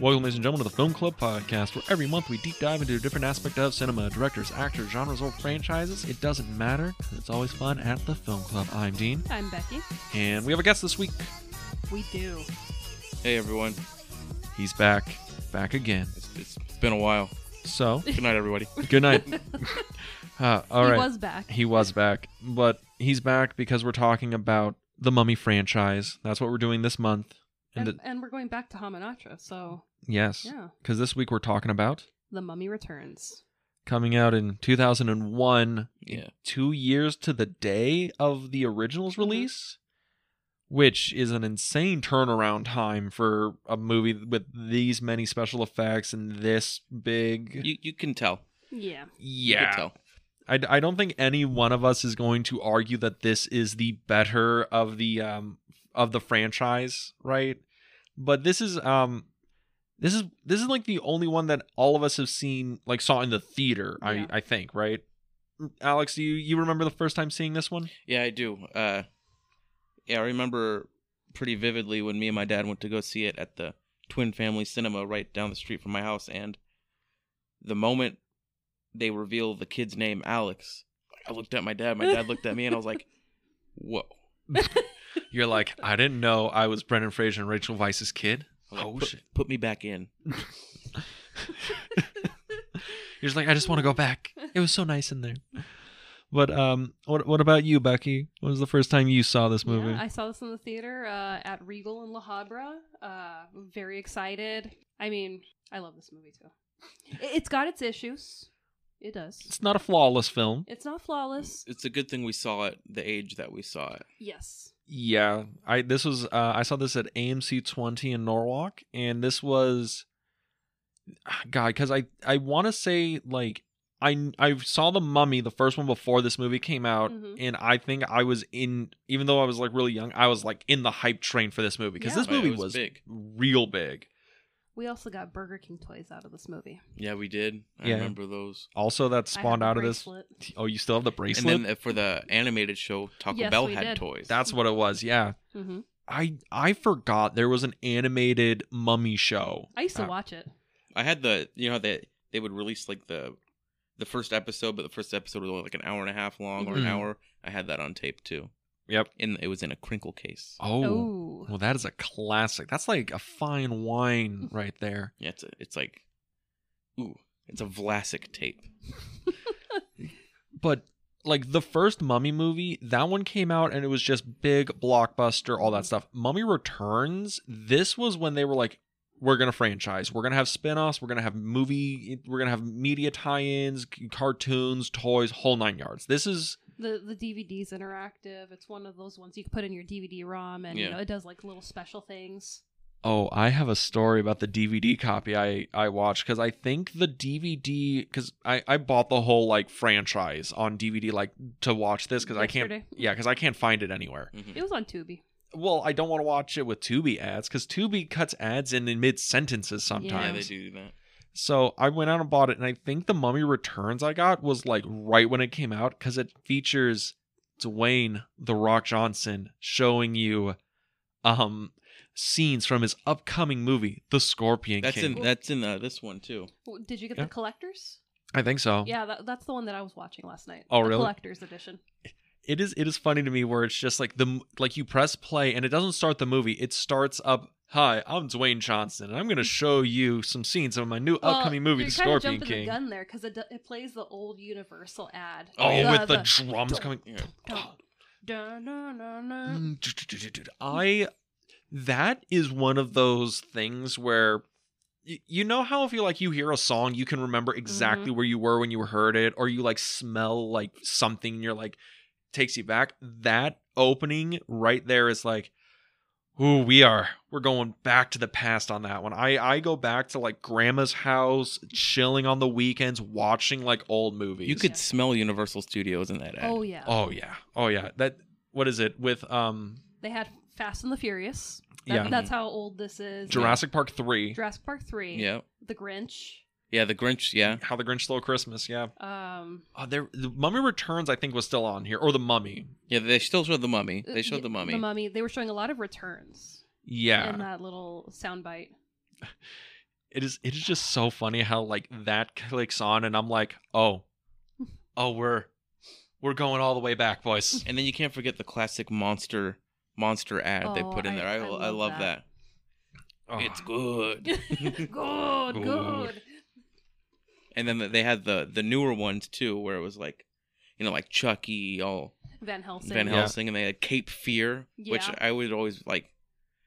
Welcome, ladies and gentlemen, to the Film Club podcast, where every month we deep dive into a different aspect of cinema, directors, actors, genres, or franchises. It doesn't matter, 'cause it's always fun at the Film Club. I'm Dean, I'm Becky. and we have a guest this week. We do. Hey everyone, He's back, back again. it's, it's been a while. So, Good night, everybody. good night. uh, all he right. was back. He was back, but he's back because we're talking about the Mummy franchise. That's what we're doing this month. And And, the, and we're going back to Hamanatra, so yes, yeah. because this week we're talking about The Mummy Returns. coming out in 2001, Yeah, two years to the day of the Mm-hmm. original's release, which is an insane turnaround time for a movie with these many special effects and this big. you you can tell. Yeah. You yeah. can tell. I, I don't think any one of us is going to argue that this is the better of the um of the franchise, right? But this is um this is this is like the only one that all of us have seen like saw in the theater, Yeah. I I think, right? Alex, do you you remember the first time seeing this one? Yeah, I do. Uh, yeah, I remember pretty vividly when me and my dad went to go see it at the Twin Family Cinema right down the street from my house, and the moment they reveal the kid's name, Alex, I looked at my dad. My dad looked at me, and I was like, "Whoa." You're like, I didn't know I was Brendan Fraser and Rachel Weisz's kid. I was like, Oh put, shit. Put me back in. You're just like, I just want to go back. It was so nice in there. But um what what about you, Becky? When was the first time you saw this movie? Yeah, I saw this in the theater uh, at Regal in La Habra. Uh, very excited. I mean, I love this movie too. It, it's got its issues. It does. It's not a flawless film. It's not flawless. It's a good thing we saw it the age that we saw it. Yes. Yeah, I this was uh, I saw this at AMC 20 in Norwalk, and this was ah, God because I I want to say like I I saw the Mummy the first one before this movie came out, Mhm. and I think I was in even though I was like really young, I was like in the hype train for this movie because Yeah. this Oh, yeah, it movie was was, big. real big. We also got Burger King toys out of this movie. Yeah, we did. I Yeah. remember those. Also, that I have spawned the out of this. bracelet. Oh, you still have the bracelet? And then for the animated show, Taco Yes, Bell we had did. toys. That's what it was. Yeah, Mhm. I I forgot there was an animated Mummy show. I used to Uh, watch it. I had the you know how they they would release like the the first episode, but the first episode was only like an hour and a half long or an Mhm. hour. I had that on tape too. Yep. In it was in a crinkle case. oh. Oh. Well, that is a classic. That's like a fine Mm. wine right there. Yeah, it's a, it's like ooh, it's a Vlasic tape. But like the first Mummy movie, that one came out and it was just big blockbuster, all that stuff. Mummy Returns, this was when they were like, we're going to franchise. We're going to have spin offs. We're going to have movie. We're going to have media tie ins, cartoons, toys, whole nine yards. This is, The the DVD's interactive. It's one of those ones you can put in your DVD ROM, and you Yeah. know it does like little special things. oh, I have a story about the DVD copy I, I watched because I think the DVD, because I, I bought the whole like franchise on DVD, like to watch this because I can't Yesterday. Yeah, because I can't find it anywhere. Mhm. It was on Tubi. Well, I don't want to watch it with Tubi ads because Tubi cuts ads in, in mid sentences Yeah, sometimes. they do that. So I went out and bought it, and I think the Mummy Returns I got was like right when it came out because it features Dwayne the Rock Johnson showing you um scenes from his upcoming movie, The Scorpion That's King. in that's in uh, this one too. W- Did you get Yeah. the collectors? I think so. Yeah, that, that's the one that I was watching last night. Oh, the really? Collectors edition. it is it is funny to me where it's just like the like you press play and it doesn't start the movie it starts up hi i'm dwayne johnson and i'm going to show you some scenes of my new upcoming Mm. Well, movie the you're scorpion jumping king the gun there because it, do- it plays the old Universal ad. oh Yeah, with the, drums coming Yeah. dun, dun, dun, dun, dun. Mm, i that is one of those things where y- you know how if you like you hear a song you can remember exactly where you were when you heard it or you like smell like something and you're like takes you back that opening right there is like Ooh, we are. We're going back to the past on that one. I I go back to like grandma's house, chilling on the weekends, watching like old movies. You could Yeah. smell Universal Studios in that ad. Oh yeah, Oh yeah. Oh yeah. That what is it with um they had Fast and the Furious. That, Yeah. that's how old this is. Jurassic Park 3, Jurassic Park three. Yeah. The Grinch. Yeah, the Grinch, yeah. How the Grinch Stole Christmas, yeah. Um, Oh, there the Mummy Returns I think was still on here or The Mummy. Yeah, they still showed the mummy. They y- showed the mummy. Uh, The mummy. They were showing a lot of returns Yeah. in that little soundbite. it is it is just so funny how like that clicks on and I'm like, "Oh. Oh, we're we're going all the way back, boys." And then you can't forget the classic monster monster ad they Oh, put in I- there. I, I I love, love that. that. Oh. It's good. good, good. and then they had the the newer ones too, where it was like, you know, like Chucky, all Van Helsing. Van Yeah. Helsing, and they had Cape Fear, which Yeah. I would always like.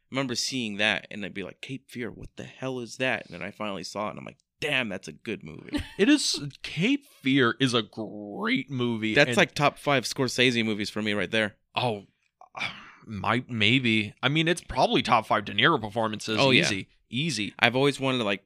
Remember seeing that, and I'd be like, Cape Fear, what the hell is that? And then I finally saw it, and I'm like, damn, that's a good movie. It is Cape Fear is a great movie. That's and- like top five Scorsese movies for me right there. oh might maybe. I mean, it's probably top 5 De Niro performances Oh, yeah. easy. Easy. I've always wanted to like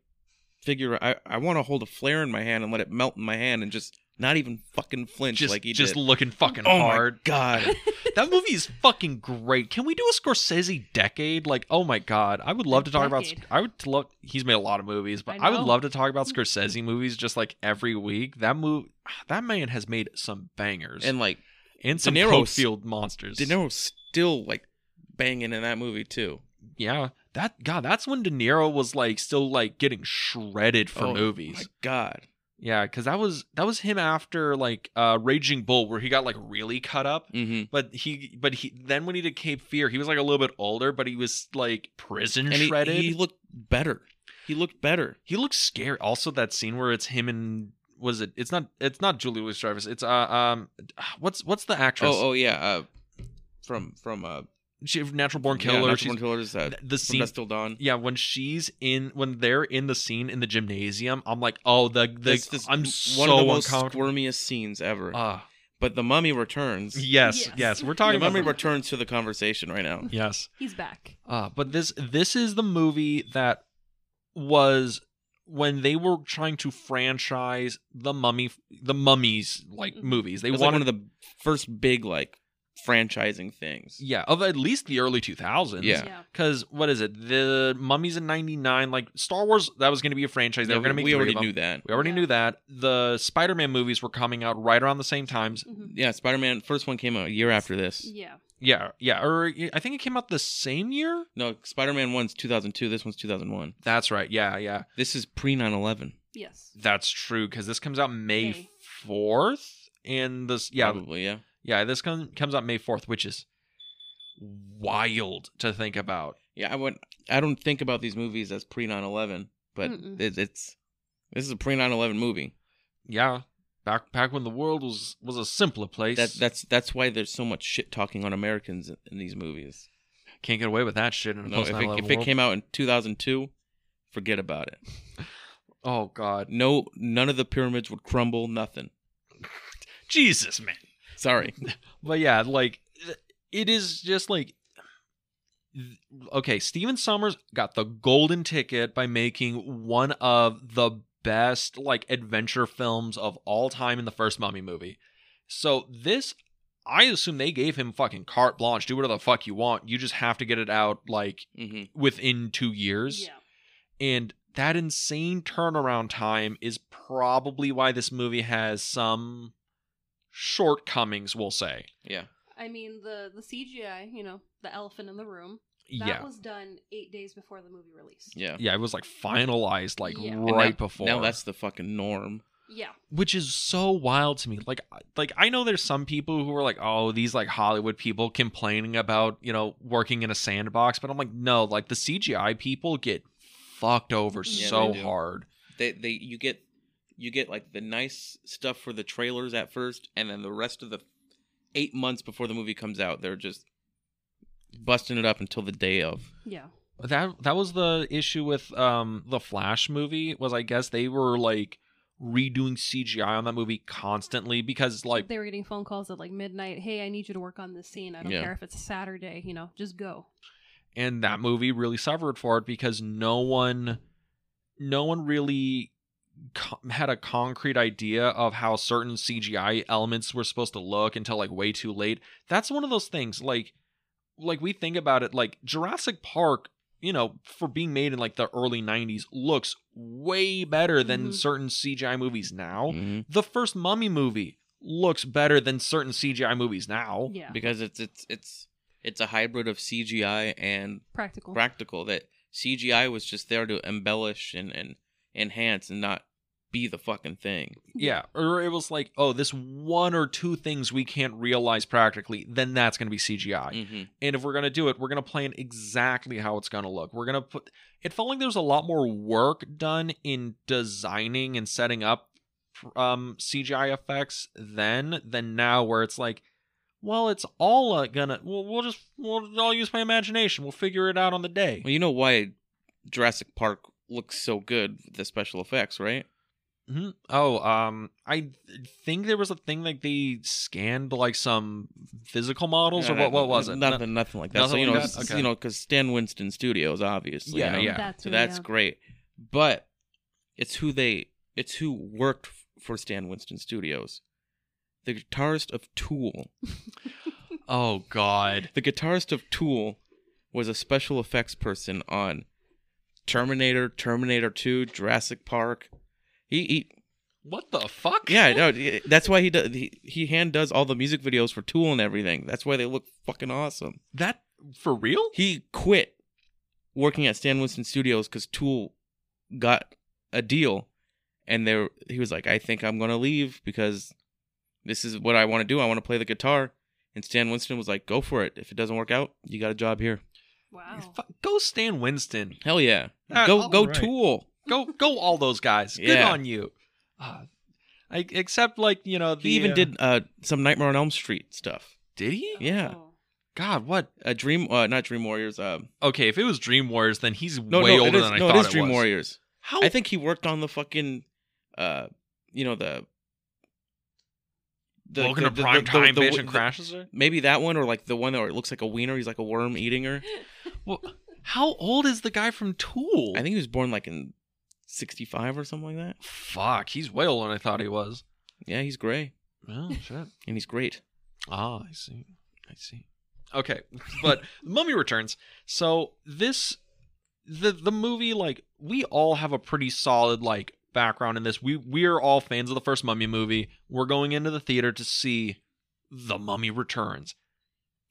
figure. I I want to hold a flare in my hand and let it melt in my hand and just not even fucking flinch Just like he just did. looking fucking oh hard. my god! That movie is fucking great. Can we do a Scorsese decade? Like, oh my god, I would love to talk Decade. about. I would love. He's made a lot of movies, but I, I would know. love to talk about Scorsese movies just like every week. That move, that man has made some bangers and and, like some De Niro's- Cokefield monsters. De Niro's still like banging in that movie too. yeah, that god, that's when De Niro was like still like getting shredded for Oh movies. My god! Yeah, because that was that was him after like uh Raging Bull, where he got like really cut up. Mm-hmm. But he, but he, then when he did Cape Fear, he was like a little bit older, but he was like prison And shredded. he, he looked better. He looked better. He looks scary. Also, that scene where it's him and was it? It's not. It's not Julie Louis Travis. It's uh um, what's what's the actress? Oh oh yeah. Uh, from from uh she, natural born yeah, killer. Natural she's, Born killers. Uh, the from scene. Dust Till Dawn. Yeah, when she's in, when they're in the scene in the gymnasium, I'm like, oh, the the. That's just I'm one so of the most uncomfortable. squirmiest scenes ever. Ah, but the Mummy returns. yes, yes, Yes. We're The talking about. Mummy returns to the conversation right now. yes. He's back. Uh, but this this is the movie that was when they were trying to franchise the mummy the mummies like Mhm. movies. They Mm-hmm. It was wanted like one of the first big like franchising things. yeah of at least the early 2000s Yeah. because what is it the mummies in 99 like star wars that was going to be a franchise they Yeah, were going to make we three already of them. knew that. we already Yeah. knew that the spider-man movies were coming out right around the same times Mhm. Yeah, Spider Man first one came out a year after this. Yeah. yeah yeah or i think it came out the same year No, Spider Man one's two thousand two, this one's two thousand one. that's right yeah yeah This is pre 9 11. Yes. that's true because this comes out may May. 4th and this yeah Probably, yeah. yeah this com- comes out may 4th which is wild to think about Yeah, I would I don't think about these movies as pre 9 11, but Mm-mm. it, it's this is a pre 9 11 movie. yeah back back when the world was was a simpler place That that's that's why there's so much shit talking on Americans in, in these movies. Can't get away with that shit in a No, post if 9/11 it, if it world. came out in 2002, forget about it. Oh God, No, none of the pyramids would crumble. Nothing. Jesus, man. Sorry. But yeah, like it is just like okay. Steven Summers got the golden ticket by making one of the best like adventure films of all time in the first Mummy movie. So this, I assume they gave him fucking carte blanche. Do whatever the fuck you want. You just have to get it out like hmm within two years. Yeah. and that insane turnaround time is probably why this movie has some shortcomings we'll say Yeah. I mean the the CGI, you know, the elephant in the room. That yeah was done eight days before the movie released. Yeah. yeah it was like finalized like Yeah. And And right now- before Now that's the fucking norm. Yeah. which is so wild to me like like i know there's some people who are like oh these like hollywood people complaining about you know working in a sandbox but i'm like no like the cgi people get fucked over Yeah, so they do. hard They they you get you get like the nice stuff for the trailers at first, and then the rest of the eight months before the movie comes out, they're just busting it up until the day of. Yeah. that that was the issue with um the flash movie was i guess they were like redoing cgi on that movie constantly because like they were getting phone calls at like midnight. Hey, I need you to work on this scene. I don't Yeah. care if it's Saturday. You know, just go. and that movie really suffered for it because no one no one really co- had a concrete idea of how certain cgi elements were supposed to look until like way too late that's one of those things like like we think about it like jurassic park you know for being made in like the early 90s looks way better than Mhm. certain cgi movies now Mm-hmm. the first mummy movie looks better than certain cgi movies now Yeah. Because it's it's it's it's a hybrid of CGI and Practical. practical that CGI was just there to embellish and, and enhance and not be the fucking thing. Yeah, or it was like, oh, this one or two things we can't realize practically, then that's going to be CGI. Mm-hmm. And if we're going to do it, we're going to plan exactly how it's going to look. We're going to put It felt like there was a lot more work done in designing and setting up um CGI effects then than now where it's like well, it's all uh, gonna. We'll, we'll just we'll all use my imagination. We'll figure it out on the day. Well, you know why Jurassic Park looks so good with the special effects, right? hmm Oh, um, I think there was a thing like they scanned like some physical models or No, no, what? What was no, it? Nothing, nothing like that. nothing so you like know, that? s- Okay. you know, because Stan Winston Studios, obviously. you Yeah, know? yeah. That's So who, that's yeah. great. But it's who they it's who worked f- for Stan Winston Studios. The guitarist of Tool. Oh God. The guitarist of Tool was a special effects person on Terminator, Terminator 2, Jurassic Park. He, he What the fuck? yeah, no, he- that's why he does he, he hand does all the music videos for Tool and everything. That's why they look fucking awesome. That for real? He quit working at Stan Winston Studios because Tool got a deal, and there he was like, "I think I'm gonna leave because this is what I want to do. I want to play the guitar." And Stan Winston was like, "Go for it. If it doesn't work out, you got a job here." Wow. Fu- Go Stan Winston. Hell yeah, Ah, go all go right. Tool. Go go all those guys. Good Yeah. on you. Uh, I, except like you know the He even uh, did uh, some Nightmare on Elm Street stuff. did he? Yeah. Oh. God, what? Uh, Dream, uh, not Dream Warriors. Uh, Okay, if it was Dream Warriors, then he's no, way no, it older is, than I no, thought it is Dream was. Warriors. How? I think he worked on the fucking, uh, you know the. the Welcome the- to the- prime the- the- time. the- Vision the- crashes her. Maybe that one, or like the one that looks like a wiener. He's like a worm eating her. Well, how old is the guy from Tool? I think he was born like in '65 or something like that. Fuck, he's way older than I thought he was. Yeah, he's gray Oh shit. and he's great. Ah, I see. I see. Okay, but Mummy Returns. So this, the the movie, like we all have a pretty solid like background in this. We we are all fans of the first Mummy movie. We're going into the theater to see the Mummy Returns,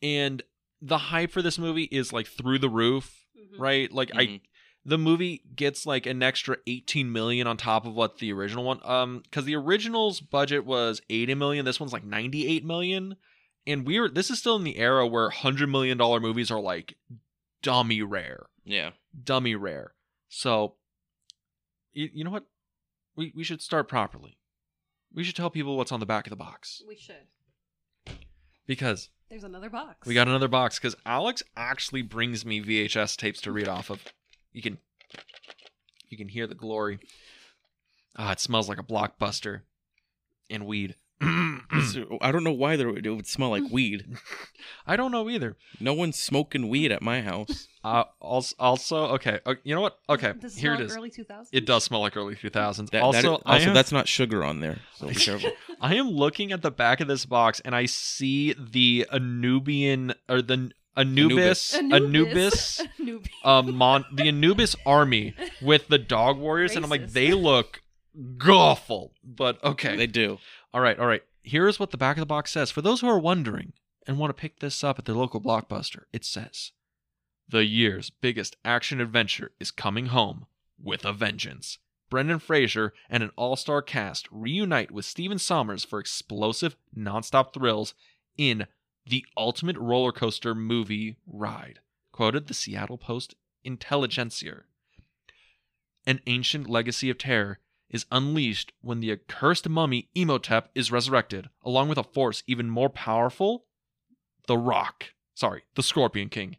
and the hype for this movie is like through the roof, Mhm. right? Like I Mhm. the movie gets like an extra 18 million on top of what the original one um because the original's budget was 80 million this one's like 98 million and we're this is still in the era where 100 million dollar movies are like dummy rare Yeah, dummy rare so you, you know what we, we should start properly we should tell people what's on the back of the box We should. because There's another box. we got another box because Alex actually brings me VHS tapes to read off of. You can you can hear the glory. Ah, it smells like a blockbuster and weed. I So, I don't know why there would, it would smell like weed. don't know either. No one's smoking weed at my house. Uh, also, also, okay, uh, you know what? Okay, Does it here it smell like is. Early 2000s. It does smell like early 2000s. That, also, that is- I also am, that's not sugar on there, so be careful. I am looking at the back of this box and I see the Anubian or the Anubis Anubis, Anubis. Anubis. um, mon- the Anubis army with the dog warriors, and I'm like, Racist. they look awful. But okay, They do. all right, all right. Here's what the back of the box says. For those who are wondering and want to pick this up at their local blockbuster, it says, "The year's biggest action adventure is coming home with a vengeance." Brendan Fraser and an all-star cast reunite with Steven Sommers for explosive, nonstop thrills in the ultimate roller coaster movie ride. Quoted the Seattle Post Intelligencer. An ancient legacy of terror is unleashed when the accursed mummy Emotep is resurrected, along with a force even more powerful the Rock. Sorry, the Scorpion King.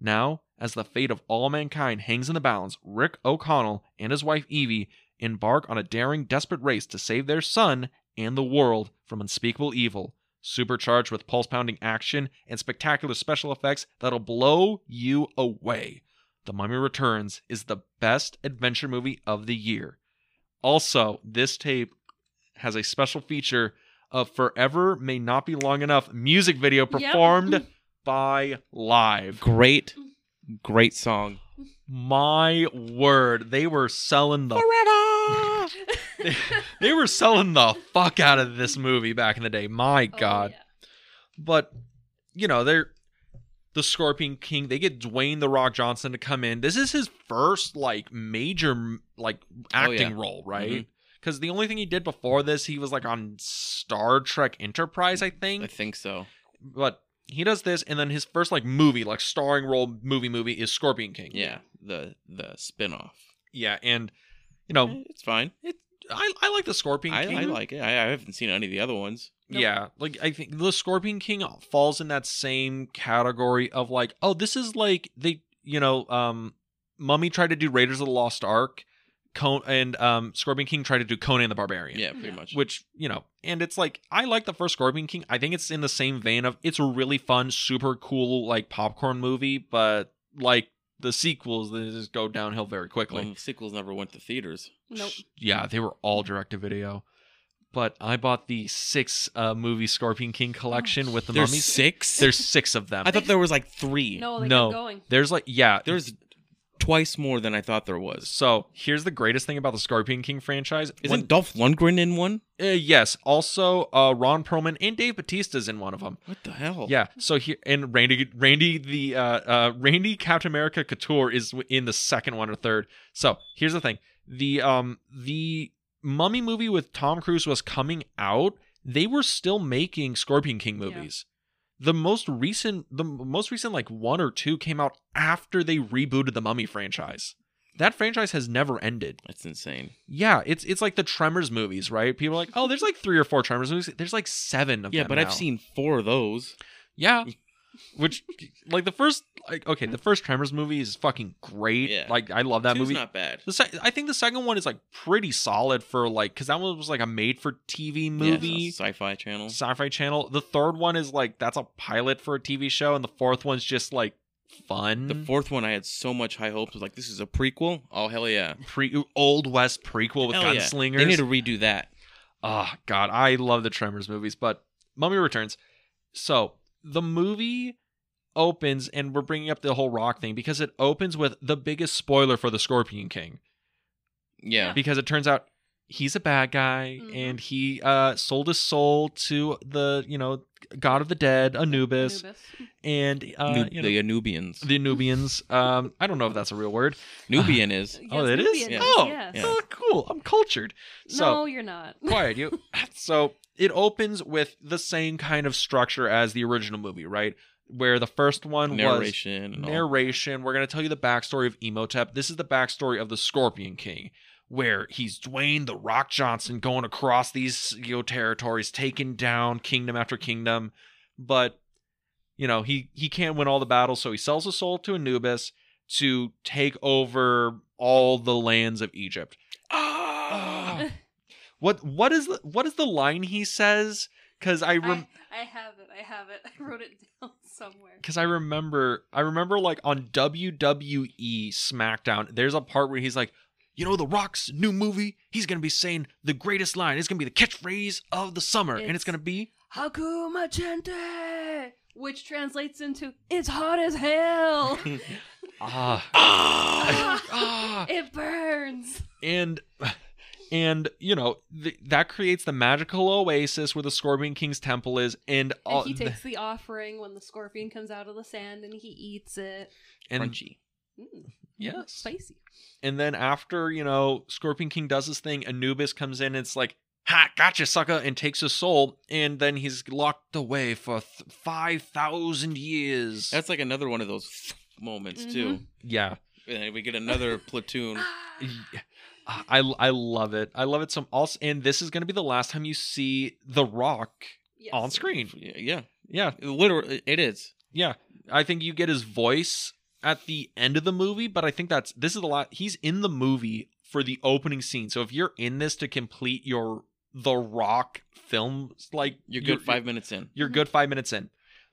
Now, as the fate of all mankind hangs in the balance, Rick O'Connell and his wife Evie embark on a daring, desperate race to save their son and the world from unspeakable evil. Supercharged with pulse pounding action and spectacular special effects that'll blow you away. The Mummy Returns is the best adventure movie of the year. Also, this tape has a special feature of Forever May Not Be Long Enough music video Yep. performed by Live. Great, great song. My word, they were selling the Forever. they were selling the fuck out of this movie back in the day. My Oh, god. yeah. But you know, they're the Scorpion King. They get Dwayne the Rock Johnson to come in. This is his first like major like acting Oh, yeah. Mm-hmm. role, right? Because the only thing he did before this, he was like on Star Trek Enterprise, I think. I think so. but he does this, and then his first like movie, like starring role movie movie, is Scorpion King. Yeah, the the spinoff. yeah, and you know, Eh, It's fine. I I like the Scorpion I, King. I like it. I, I haven't seen any of the other ones. Nope. Yeah, like I think the Scorpion King falls in that same category of like, oh, this is like they, you know, um, Mummy tried to do Raiders of the Lost Ark, Con- and um, Scorpion King tried to do Conan the Barbarian. Yeah, pretty Yeah. much. Which you know, and it's like I like the first Scorpion King. I think it's in the same vein of it's a really fun, super cool like popcorn movie, but like the sequels, they just go downhill very quickly. Well, sequels never went to theaters. Nope. Yeah, they were all direct to video. But I bought the six uh, movie Scorpion King collection with the mummies. six. There's six of them. I thought there was like three. No, they No. kept going. There's like yeah. There's twice more than I thought there was. so here's the greatest thing about the Scorpion King franchise. Isn't When- Dolph Lundgren in one? uh, yes, also uh, Ron Perlman and Dave Batista's in one of them. What the hell? Yeah. So here and Randy, Randy the uh, uh, Randy Captain America Couture is in the second one or third. So here's the thing: the um the Mummy movie with Tom Cruise was coming out. They were still making Scorpion King Yeah. movies. The most recent, the most recent like one or two came out after they rebooted the Mummy franchise. That franchise has never ended. That's insane. Yeah, it's it's like the Tremors movies, right? People are like, oh, there's like three or four Tremors movies. There's like seven of yeah, them. but I've now. seen four of those. Yeah. Which like the first like okay, the first Tremors movie is fucking great. Yeah. Like I love that Two's movie. not bad. the se- I think the second one is like pretty solid for like cuz that one was like a made for TV Yeah, it's movie. on sci-fi channel. Sci-fi channel. The third one is like that's a pilot for a TV show and the fourth one's just like fun. The fourth one, I had so much high hopes. I was like, this is a prequel. Oh hell yeah! pre old west prequel with Hell yeah. gunslingers. They need to redo that. Oh God, I love the Tremors movies, but Mummy Returns. So the movie opens, and we're bringing up the whole rock thing because it opens with the biggest spoiler for the Scorpion King, Yeah, because it turns out he's a bad guy, Mhm. and he uh, sold his soul to the you know God of the Dead, Anubis, Anubis. and uh, Nu- you know, the the, Anubians. Nubians. um, I don't know if that's a real word. Nubian is. oh, Yes, it is. Nubian, Oh, yes. Yeah. oh, cool. I'm cultured. So, No, you're not. quiet you so it opens with the same kind of structure as the original movie right where the first one narration. was and all. narration we're going to tell you the backstory of emotep this is the backstory of the scorpion king where he's dwayne the rock johnson going across these you know territories taking down kingdom after kingdom but you know he he can't win all the battles so he sells his soul to anubis to take over all the lands of egypt Ah! What what is the what is the line he says? Because I I, rem- I have it. I have it. I wrote it down somewhere. because I remember I remember like on WWE SmackDown, there's a part where he's like, you know, The Rock's new movie, he's gonna be saying the greatest line. It's gonna be the catchphrase of the summer, and it's It's- gonna be Hakuma Gente, which translates into "It's hot as hell. ah Ah, ah. it burns." and and you know th- that creates the magical oasis where the Scorpion King's temple is, and all and he takes the offering when the scorpion comes out of the sand, and he eats it. and Crunchy. Mm, yes. spicy. And then after, you know, Scorpion King does his thing, Anubis comes in and it's like, ha, gotcha, sucker, and takes his soul. And then he's locked away for th- 5,000 years. That's like another one of those moments too. yeah. And then we get another platoon. Ah. I, I love it. I love it some also and this is gonna be the last time you see The Rock Yes. on screen. Yeah, Yeah, literally, it is. yeah. I think you get his voice at the end of the movie, but I think that's this is the last he's in the movie for the opening scene. So if you're in this to complete your The Rock film like You're your- good five minutes in. You're Mhm. good five minutes in.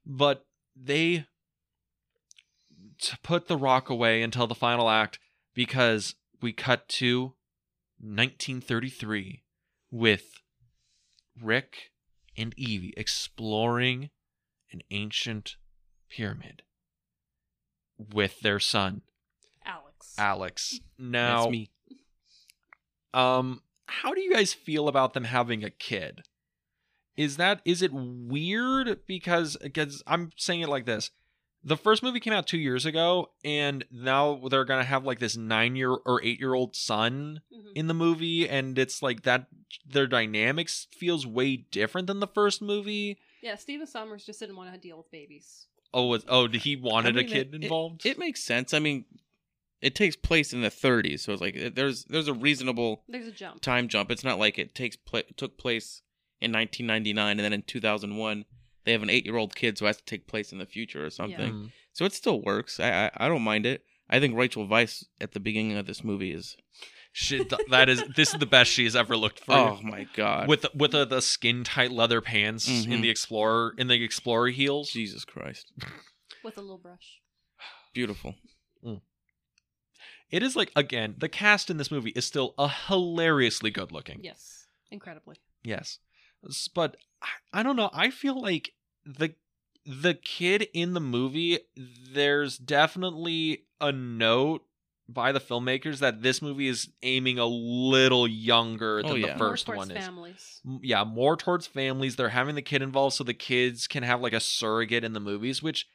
But they t- put the rock away until the final act because we cut to 1933 with Rick and Evie exploring an ancient pyramid with their son, Alex. Ah. Alex. Now, That's me. um, how do you guys feel about them having a kid? Is that is it weird because because I'm saying it like this. the first movie came out two years ago, and now they're gonna have like this nine year or eight year old son Mhm. in the movie, and it's like that their dynamics feels way different than the first movie. Yeah, Steven Summers just didn't want to deal with babies. Oh, was, oh, did he wanted I mean, a kid it- involved? It makes sense. I mean, it takes place in the 30s, so it's like it- there's there's a reasonable There's a jump. time jump. It's not like it takes pla took place in 1999 and then in 2001 they have an eight year old kid, so it has to take place in the future or something. Mm. So it still works. I, I I don't mind it. I think Rachel Vice at the beginning of this movie is Shit, th- that is this is the best she has ever looked for. oh my god with with uh, the skin tight leather pants in Mhm. the explorer in the explorer heels. Jesus Christ, With a little brush. beautiful. It is like again, the cast in this movie is still a hilariously good looking. Yes. Incredibly. Yes. S- But I, I don't know, I feel like the the kid in the movie there's definitely a note by the filmmakers that this movie is aiming a little younger than Oh, the yeah. More first towards one is. families. M- yeah, more towards families. They're having the kid involved so the kids can have like a surrogate in the movies, which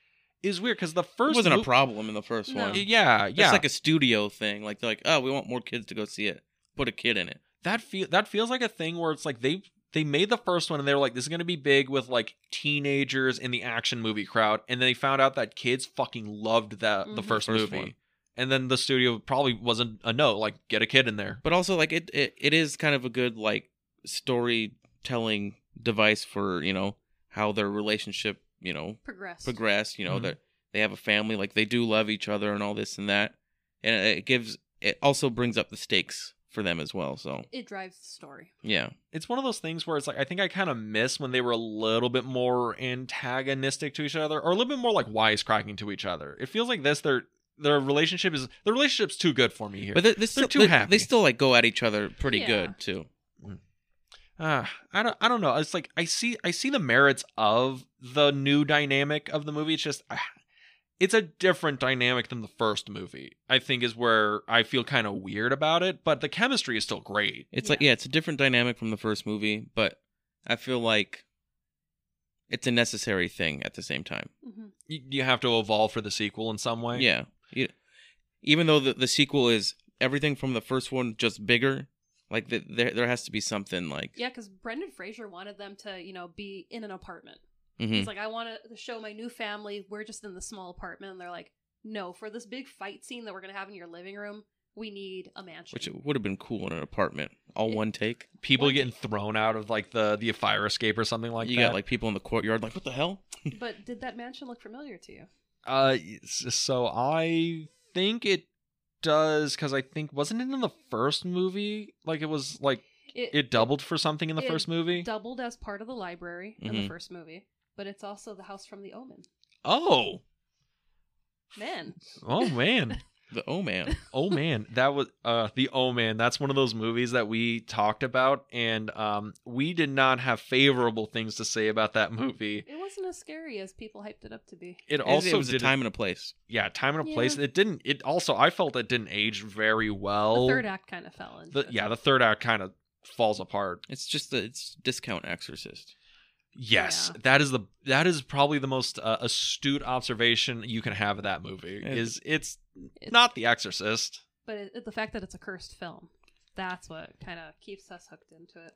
is weird because the It first wasn't a mo- problem in the first No. one. Yeah, It's yeah. like a studio thing. Like they're like, oh, we want more kids to go see it. Put a kid in it. that feel that feels like a thing where it's like they they made the first one and they were like this is going to be big with like teenagers in the action movie crowd and they found out that kids fucking loved that the Mhm. first, First movie one. and then the studio probably wasn't a no like get a kid in there But also like it, it it is kind of a good like storytelling device for, you know, how their relationship, you know, Progress. progressed, you know, Mhm. that they have a family, like they do love each other and all this and that. And it gives it also brings up the stakes for them as well. So, It drives the story. yeah. it's one of those things where it's like i think i kind of miss when they were a little bit more antagonistic to each other or a little bit more like wisecracking to each other it feels like this their their relationship is their relationship's too good for me here But they, they still too they, happy. they still like go at each other pretty Yeah. good too. Ah, I don't I don't know. It's like I see I see the merits of the new dynamic of the movie. It's just ah, it's a different dynamic than the first movie. I think is where I feel kind of weird about it, but the chemistry is still great. It's like yeah, it's a different dynamic from the first movie, but I feel like it's a necessary thing at the same time. hmm You, you have to evolve for the sequel in some way. Yeah. You- even though the, the sequel is everything from the first one just bigger, like the, there there has to be something like Yeah, because Brendan Fraser wanted them to, you know, be in an apartment. Mhm. Mm. He's like, I want to show my new family. We're just in the small apartment. And they're like, no, for this big fight scene that we're going to have in your living room, we need a mansion. which would have been cool in an apartment, all It- one take. People What? getting thrown out of like the the fire escape or something like you that. got like people in the courtyard like what the hell? but did that mansion look familiar to you? uh s- so I think it does cuz I think wasn't it in the first movie like it was like it doubled for something in the it first movie? doubled as part of the library in Mm-hmm. the Mhm. first movie, but it's also the house from the Omen. oh. Man, Oh man. The oh man. Oh man, that was uh the Oh man, that's one of those movies that we talked about and um we did not have favorable things to say about that movie. it wasn't as scary as people hyped it up to be. It also also it was a didn't- time and a place. yeah, time and a Yeah. place. It didn't it also I felt it didn't age very well. the third act kind of fell into Oh. The- yeah, the third act kind of falls apart. It's just the it's discount exorcist. Yes, Yeah. that is the that is probably the most uh, astute observation you can have of that movie. Yeah. Is it's It's- not The Exorcist. But it, it- the fact that it's a cursed film, that's what kind of keeps us hooked into it.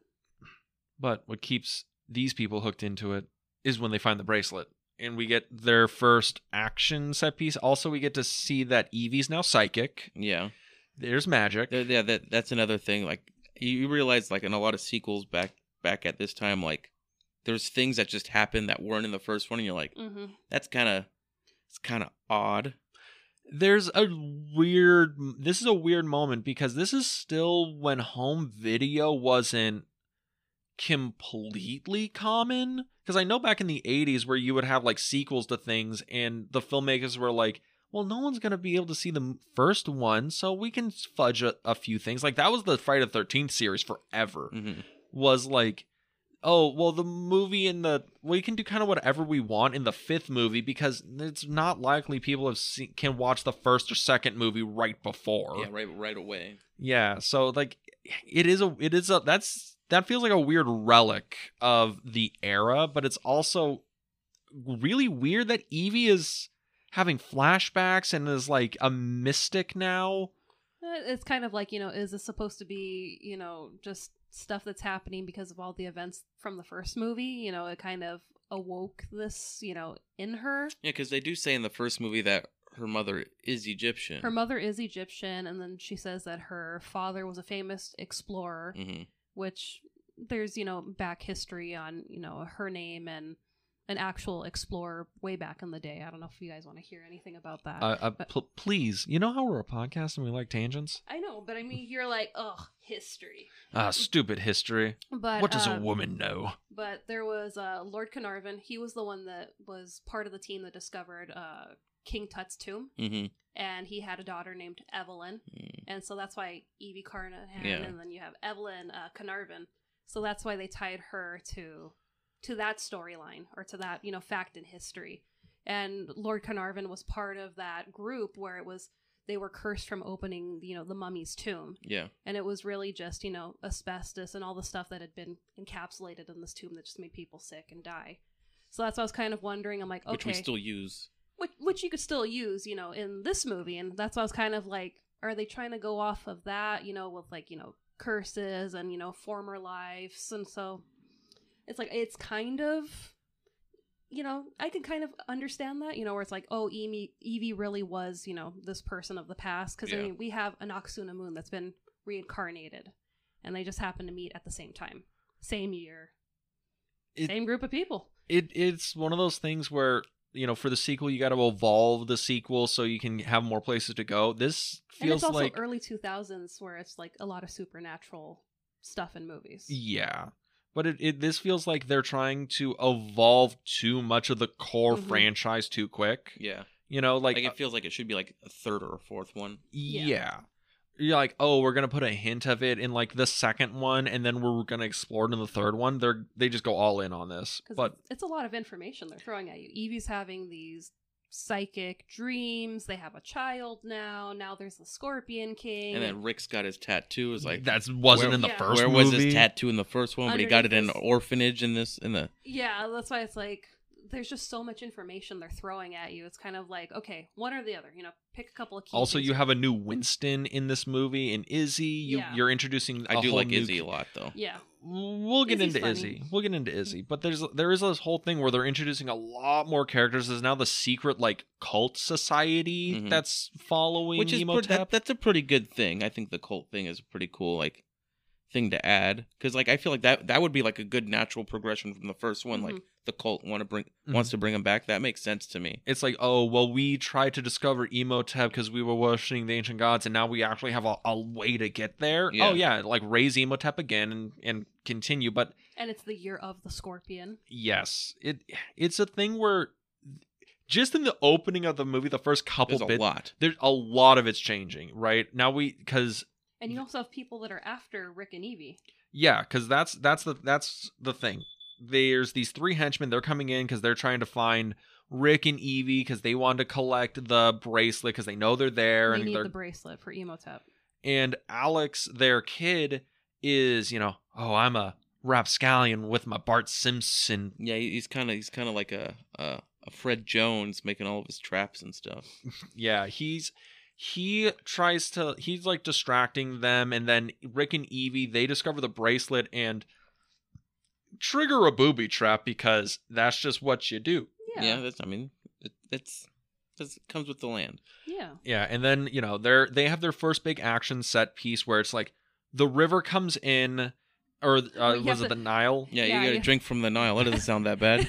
But what keeps these people hooked into it is when they find the bracelet and we get their first action set piece. Also, we get to see that Evie's now psychic. Yeah. There's magic. Th- Yeah, that that's another thing. Like you you realize, like in a lot of sequels back back at this time, like there's things that just happen that weren't in the first one, and you're like, Mm-hmm. that's kind of it's kind of odd. There's a weird. This is a weird moment because this is still when home video wasn't completely common. Because I know back in the 80s where you would have like sequels to things and the filmmakers were like, well, no one's going to be able to see the m- first one, so we can fudge a, a few things. Like that was the Friday the 13th series forever Mm-hmm. was like, oh, well, the movie in the we can do kind of whatever we want in the fifth movie because it's not likely people have seen can watch the first or second movie right before. Yeah, right right away. Yeah, so like, it is a it is a that's that feels like a weird relic of the era, but it's also really weird that Evie is having flashbacks and is like a mystic now. Uh, It's kind of like, you know, is this supposed to be, you know, just stuff that's happening because of all the events from the first movie? You know, it kind of awoke this, you know, in her. Yeah, because they do say in the first movie that her mother is Egyptian. Her mother is Egyptian, and then she says that her father was a famous explorer, hmm which there's, you know, back history on, you know, her name and an actual explorer way back in the day. I don't know if you guys want to hear anything about that. Uh, uh, but- pl- please, you know how we're a podcast and we like tangents? I know, but I mean, you're like, ugh, history. Ah, stupid history. But what does a um, woman know? But there was uh, Lord Carnarvon. He was the one that was part of the team that discovered uh, King Tut's tomb, hmm and he had a daughter named Evelyn, and so that's why Evie Carnahan, Yeah. and then you have Evelyn uh, Carnarvon. So that's why they tied her to to that storyline or to that you know fact in history. And Lord Carnarvon was part of that group where it was they were cursed from opening you know the mummy's tomb Yeah. and it was really just you know asbestos and all the stuff that had been encapsulated in this tomb that just made people sick and die so that's what i was kind of wondering i'm like okay Which we still use. which, which you could still use you know in this movie and that's why i was kind of like are they trying to go off of that you know with like you know curses and you know former lives and so it's like it's kind of you know i can kind of understand that you know where it's like oh Emi, evie really was you know this person of the past because i Yeah. mean we have an oxuna moon that's been reincarnated and they just happen to meet at the same time same year It- same group of people it it's one of those things where you know for the sequel you got to evolve the sequel so you can have more places to go this and it's feels also like early 2000s where it's like a lot of supernatural stuff in movies yeah but it, it this feels like they're trying to evolve too much of the core Mhm. franchise too quick Yeah. you know like, uh, Like, it feels like it should be like a third or a fourth one. yeah. Yeah. you're like oh we're gonna put a hint of it in like the second one and then we're gonna explore it in the third one they're they just go all in on this because but it's a lot of information they're throwing at you evie's having these psychic dreams they have a child now now there's the scorpion king And then Rick's got his tattoo. Is like that wasn't where- in the Yeah. first where was movie. his tattoo in the first one? But he got it Underneath in an his- orphanage in this in the yeah that's why it's like there's just so much information they're throwing at you it's kind of like okay one or the other you know pick a couple of key Also, things. you have a new Winston in this movie, and Izzy. You, Yeah. You're introducing. I I do like Izzy a lot though. yeah We'll get Izzy's into funny. Izzy. We'll get into Izzy. But there's there is this whole thing where they're introducing a lot more characters. There's now the secret like cult society Mhm. that's following Which is Emotep. pretty, that, that's a pretty good thing. I think the cult thing is a pretty cool like thing to add because like I feel like that that would be like a good natural progression from the first one. Like Mm-hmm. the cult want to bring Mhm. wants to bring him back. That makes sense to me. it's like, oh well, we tried to discover Emotep because we were worshiping the ancient gods, and now we actually have a, a way to get there. Yeah. Oh yeah, like raise Emotep again and and continue. But and it's the year of the scorpion yes, it it's a thing where just in the opening of the movie, the first couple There's a bits, lot. there's a lot of it's changing right now we because and you also have people that are after rick and evie yeah because that's that's the that's the thing there's these three henchmen they're coming in because they're trying to find rick and evie because they want to collect the bracelet because they know they're there they and need they're the bracelet for emotep and alex their kid is you know oh i'm a rapscallion with my bart simpson Yeah, he- he's kind of he's kind of like a, a a Fred Jones making all of his traps and stuff. yeah he's he tries to he's like distracting them and then rick and evie they discover the bracelet and trigger a booby trap because that's just what you do Yeah, yeah yeah, that's I mean it, it's that's, it comes with the land. yeah and then you know they're they have their first big action set piece where it's like the river comes in or uh, was you have it the to- nile Yeah, Yeah, you got to yeah. drink from the Nile. That doesn't sound that bad.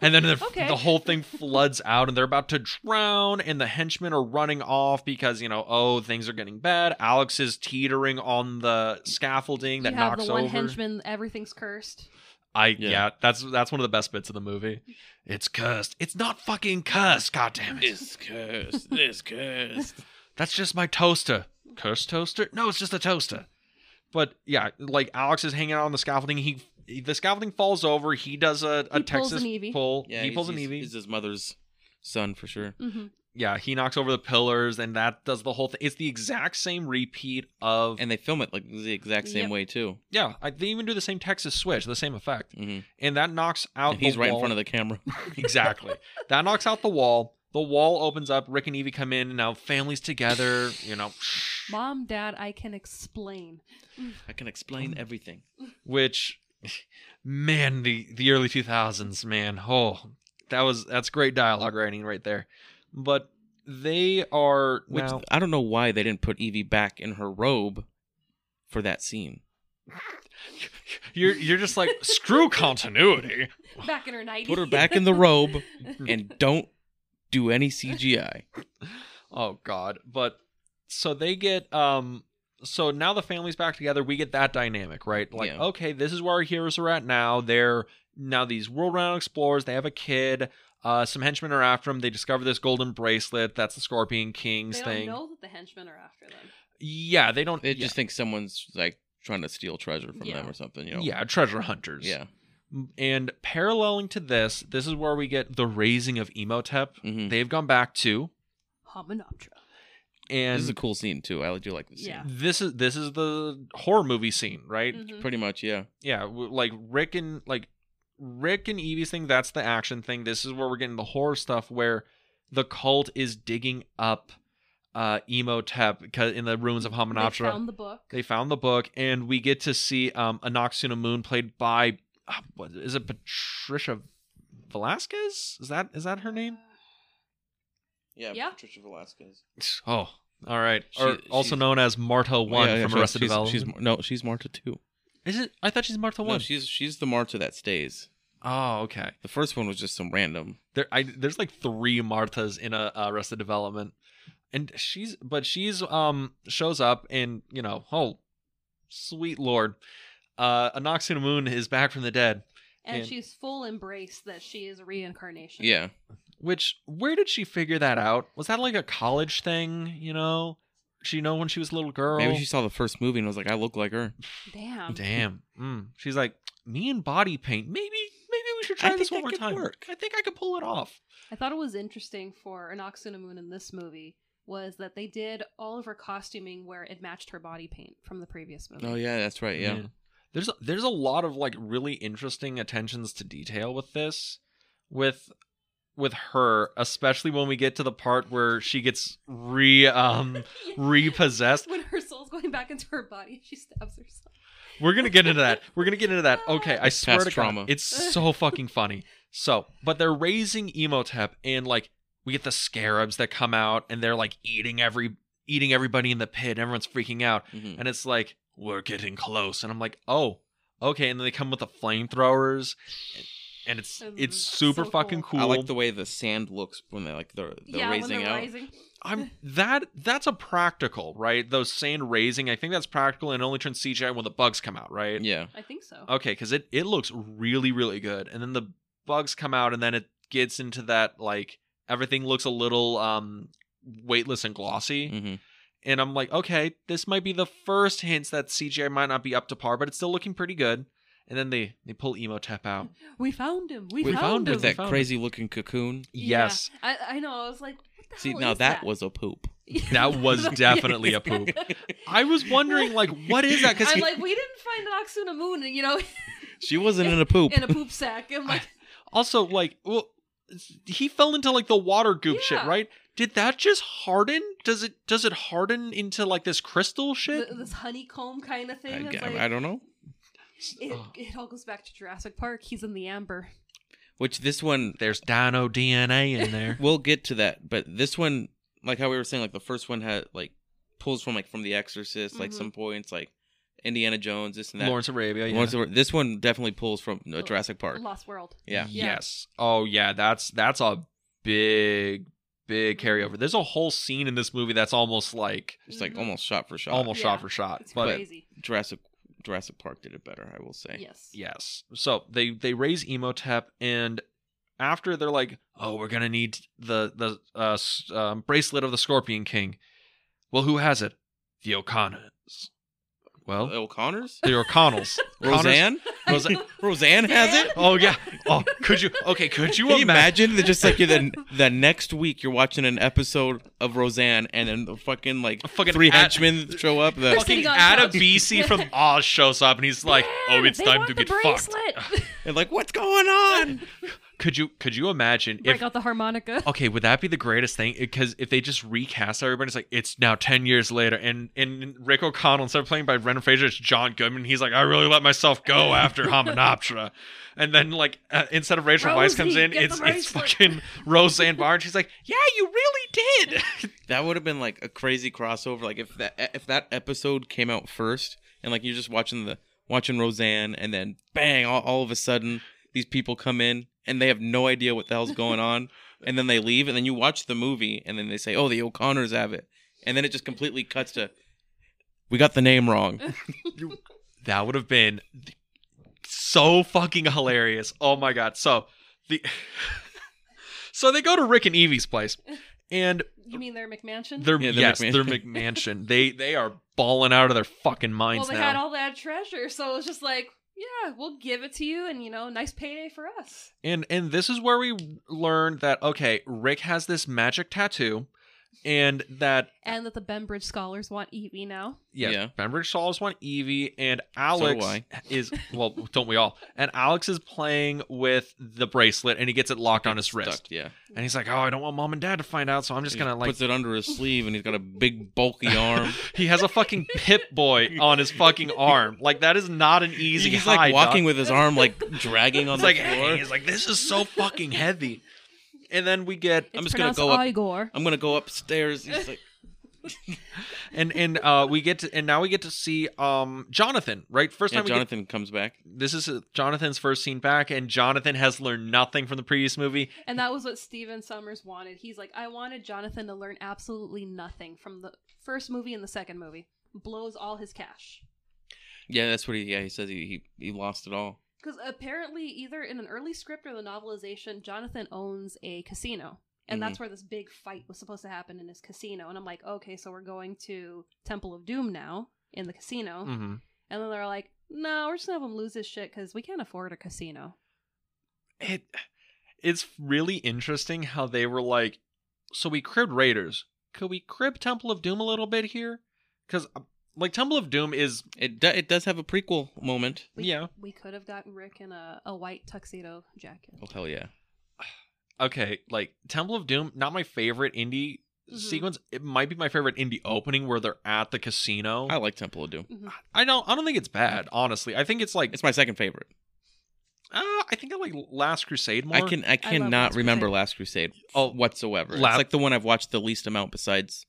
and then the, Okay. the whole thing floods out and they're about to drown and the henchmen are running off because you know oh things are getting bad alex is teetering on the scaffolding that you have knocks the one over henchman everything's cursed i yeah. Yeah. that's that's one of the best bits of the movie it's cursed it's not fucking cursed god damn it This cursed. This cursed. that's just my toaster cursed toaster no it's just a toaster but yeah like alex is hanging out on the scaffolding he the scaffolding falls over he does a, a He pulls texas an Evie. pull Yeah, he he's- pulls an he's- evie He's his mother's son for sure. mm-hmm. yeah, he knocks over the pillars, and that does the whole thing. It's the exact same repeat of, And they film it like the exact same Yep. way too. yeah, I, they even do the same Texas switch, the same effect, hmm and that knocks out. And he's the right in wall- front of the camera. exactly that knocks out the wall. The wall opens up. Rick and Evie come in. And now families together. You know, Mom, Dad, I can explain. I can explain everything. which man the the early 2000s man oh that was that's great dialogue writing right there but they are Which now I don't know why they didn't put Evie back in her robe for that scene. you're you're just like screw continuity Back in her 90s. Put her back in the robe and don't do any CGI. oh god but so they get um so now the family's back together we get that dynamic right like Yeah. okay this is where our heroes are at now they're now these world round explorers they have a kid uh some henchmen are after them they discover this golden bracelet that's the scorpion king's They don't thing know that the henchmen are after them. yeah they don't They yeah. just think someone's like trying to steal treasure from them Yeah. or something, you know. Yeah, treasure hunters. Yeah. And paralleling to this, this is where we get the raising of Emotep. Mhm. They've gone back to Hominoptera. and This is a cool scene too. I do like this Yeah. scene. this is this is the horror movie scene, right? Mhm. Pretty much, yeah. Yeah, w- like Rick and like Rick and Evie's thing, that's the action thing. This is where we're getting the horror stuff where the cult is digging up uh Emotep because in the ruins of Hominoptera. They found the book. they found the book and we get to see um Anoxuna Moon played by uh, what is it Patricia Velasquez? Is that is that her name? Yeah. Patricia Velasquez. Oh, all right. Uh, She- or also she's- known as Marta 1 from Arrested she's, Development. She's, no, she's Marta too. is it I thought she's Marta 1. No, she's she's the Marta that stays. oh, okay. The first one was just some random. There I there's like 3 Martas in a uh, Arrested Development. And she's but she's um shows up and, you know, oh sweet lord. Uh Anoxuna Moon is back from the dead. and, and- she's full embrace that she is a reincarnation. Yeah. Which where did she figure that out? Was that like a college thing? You know, she know when she was a little girl. Maybe she saw the first movie and was like, I look like her. Damn. Damn. Mm. She's like me and body paint. Maybe maybe we should try I this think one that more could time. work." I think I could pull it off. I thought it was interesting for Anoxuna Moon in this movie was that they did all of her costuming where it matched her body paint from the previous movie. Oh yeah, that's right. Yeah. Man. There's there's a lot of like really interesting attentions to detail with this, with with her, especially when we get to the part where she gets re um repossessed. When her soul's going back into her body, she stabs herself. We're gonna get into that. We're gonna get into that. Okay, I It's swear past to trauma. God, it's so fucking funny. So, but they're raising Emotep, and like we get the scarabs that come out, and they're like eating every eating everybody in the pit. And everyone's freaking out, Mhm. and it's like we're getting close, and I'm like, oh, okay. And then they come with the flamethrowers, and- and it's Mm, it's super so fucking cool. I like the way the sand looks when they like they're, they're yeah, raising when they're out. rising. I'm that that's a practical right. Those sand raising, I think that's practical, and it only turns CGI when the bugs come out, right? Yeah. I think Uh, so. Okay, because it it looks really really good, and then the bugs come out, and then it gets into that like everything looks a little um weightless and glossy, hmm and I'm like, okay, this might be the first hints that CGI might not be up to par, but it's still looking pretty good. And then they they pull Emotep out. we found him. We, We found found, him. him. With that found it. crazy looking cocoon. Yeah. Yes, I, I know. I was like, what the See, hell now is that, was a poop. That was definitely a poop. I was wondering like, what is that? Because I'm like, we didn't find an Oxuna Moon, you know, She wasn't in a poop. in a poop sack. I'm like, also like, well, he fell into like the water goop shit, Yeah. right? Did that just harden? Does it does it harden into like this crystal shit? th- this honeycomb kind of I, thing. It's I- like, I don't Oh. know. it, Ugh. it all goes back to Jurassic Park. He's in the amber. Which this one There's dino DNA in there. we'll get to that, but this one like how we were saying, like the first one had like pulls from like from the Exorcist, like Mhm. some points like Indiana Jones, this and that. Lawrence Arabia. Yeah. Lawrence of- this one definitely pulls from uh, Jurassic Park. Lost World. Yeah. Yeah. Yes. Oh yeah, that's that's a big big carryover. There's a whole scene in this movie that's almost like It's like oh Mhm. almost shot for shot. almost shot Yeah. for shot. It's But crazy. Jurassic Jurassic Park did it better, I will say. Yes. yes. So they they raise Emotep and after they're like, "Oh, we're going to need the the uh, s- um, bracelet of the Scorpion King." Well, who has it? The O'Connors. Well, O'Connor's? the O'Connells. Connors- Oh, Roseanne? Rosa- Roseanne has it? Oh yeah. Oh, could you Okay, could you Can you imagine imagine that just like you're the, the next week you're watching an episode of Roseanne and then the fucking like A fucking three ad- henchmen show up. The, sitting fucking on Adam couch. BC from Oz shows up and he's like, Dad, "Oh, it's they time want to the get fucked." bracelet. and like, what's going on? Could you could you imagine Break if out the harmonica. okay, would that be the greatest thing? Because if they just recast everybody, it's like it's now ten years later, and and Rick O'Connell instead of playing by Brendan Fraser, it's John Goodman. He's like, I really let myself go after Hominoptera, and then like uh, instead of Rachel Weisz comes Rosie, in, get it's the it's rice. fucking Roseanne Barr, and she's like, Yeah, you really did. That would have been like a crazy crossover. Like if that e, if that episode came out first, and like you're just watching the watching Roseanne, and then bang, all, all of a sudden these people come in and they have no idea what the hell's going on, and then they leave, and then you watch the movie, and then they say, "Oh, the O'Connors have it," and then it just completely cuts to, "We got the name wrong." That would have been so fucking hilarious. Oh my god. So the so they go to Rick and Evie's place, and You mean their McMansion? they're Yeah, they're yes, McMansion. they're McMansion. they they are balling out of their fucking well, minds they now. had all that treasure, so it was just like, yeah, we'll give it to you, and you know, nice payday for us. and and this is where we learned that okay, Rick has this magic tattoo, and that And that the Benbridge scholars want Evie now. yeah, Yeah. Benbridge Shaw's one Evie, and do Alex I. is well, don't we all? And Alex is playing with the bracelet, and he gets it locked on his Stuck, wrist, yeah. and he's like, oh, I don't want mom and dad to find out, so I'm just He gonna like puts it under his sleeve, and he's got a big bulky arm. He has a fucking Pip Boy on his fucking arm. Like that is not an easy he's high. like walking dog. with his arm like dragging on It's the like floor. hey, he's like this is so fucking heavy. And then we get I'm It's just gonna pronounced go up- Igor. I'm gonna go upstairs. He's like, and and uh we get to and now we get to see um Jonathan right first yeah, time we get Jonathan comes back. this is uh, Jonathan's first scene back and Jonathan has learned nothing from the previous movie And that was what Steven Summers wanted. He's like, I wanted Jonathan to learn absolutely nothing from the first movie and the second movie. Blows all his cash. Yeah, that's what he. Yeah, he says he he, he lost it all. Because apparently, either in an early script or the novelization, Jonathan owns a casino. And Mm-hmm. that's where this big fight was supposed to happen in his casino. And I'm like, okay, so we're going to Temple of Doom now in the casino. mm-hmm. And then they're like, no, we're just going to have him lose his shit because we can't afford a casino. it it's really interesting how they were like so we cribbed raiders could we crib temple of doom a little bit here because like temple of doom is It do, it does have a prequel moment. We, Yeah. We could have gotten Rick in a, a white tuxedo jacket. Oh hell yeah! okay like temple of doom not my favorite indie Mm-hmm. Mhm. sequence it might be my favorite indie opening where they're at the casino I like Temple of Doom. Mhm. i don't i don't think it's bad honestly i think it's like It's my second favorite. uh, i think i like last crusade more I can I cannot Last remember Crusade. Last Crusade Oh, whatsoever. La- it's like the one I've watched the least amount besides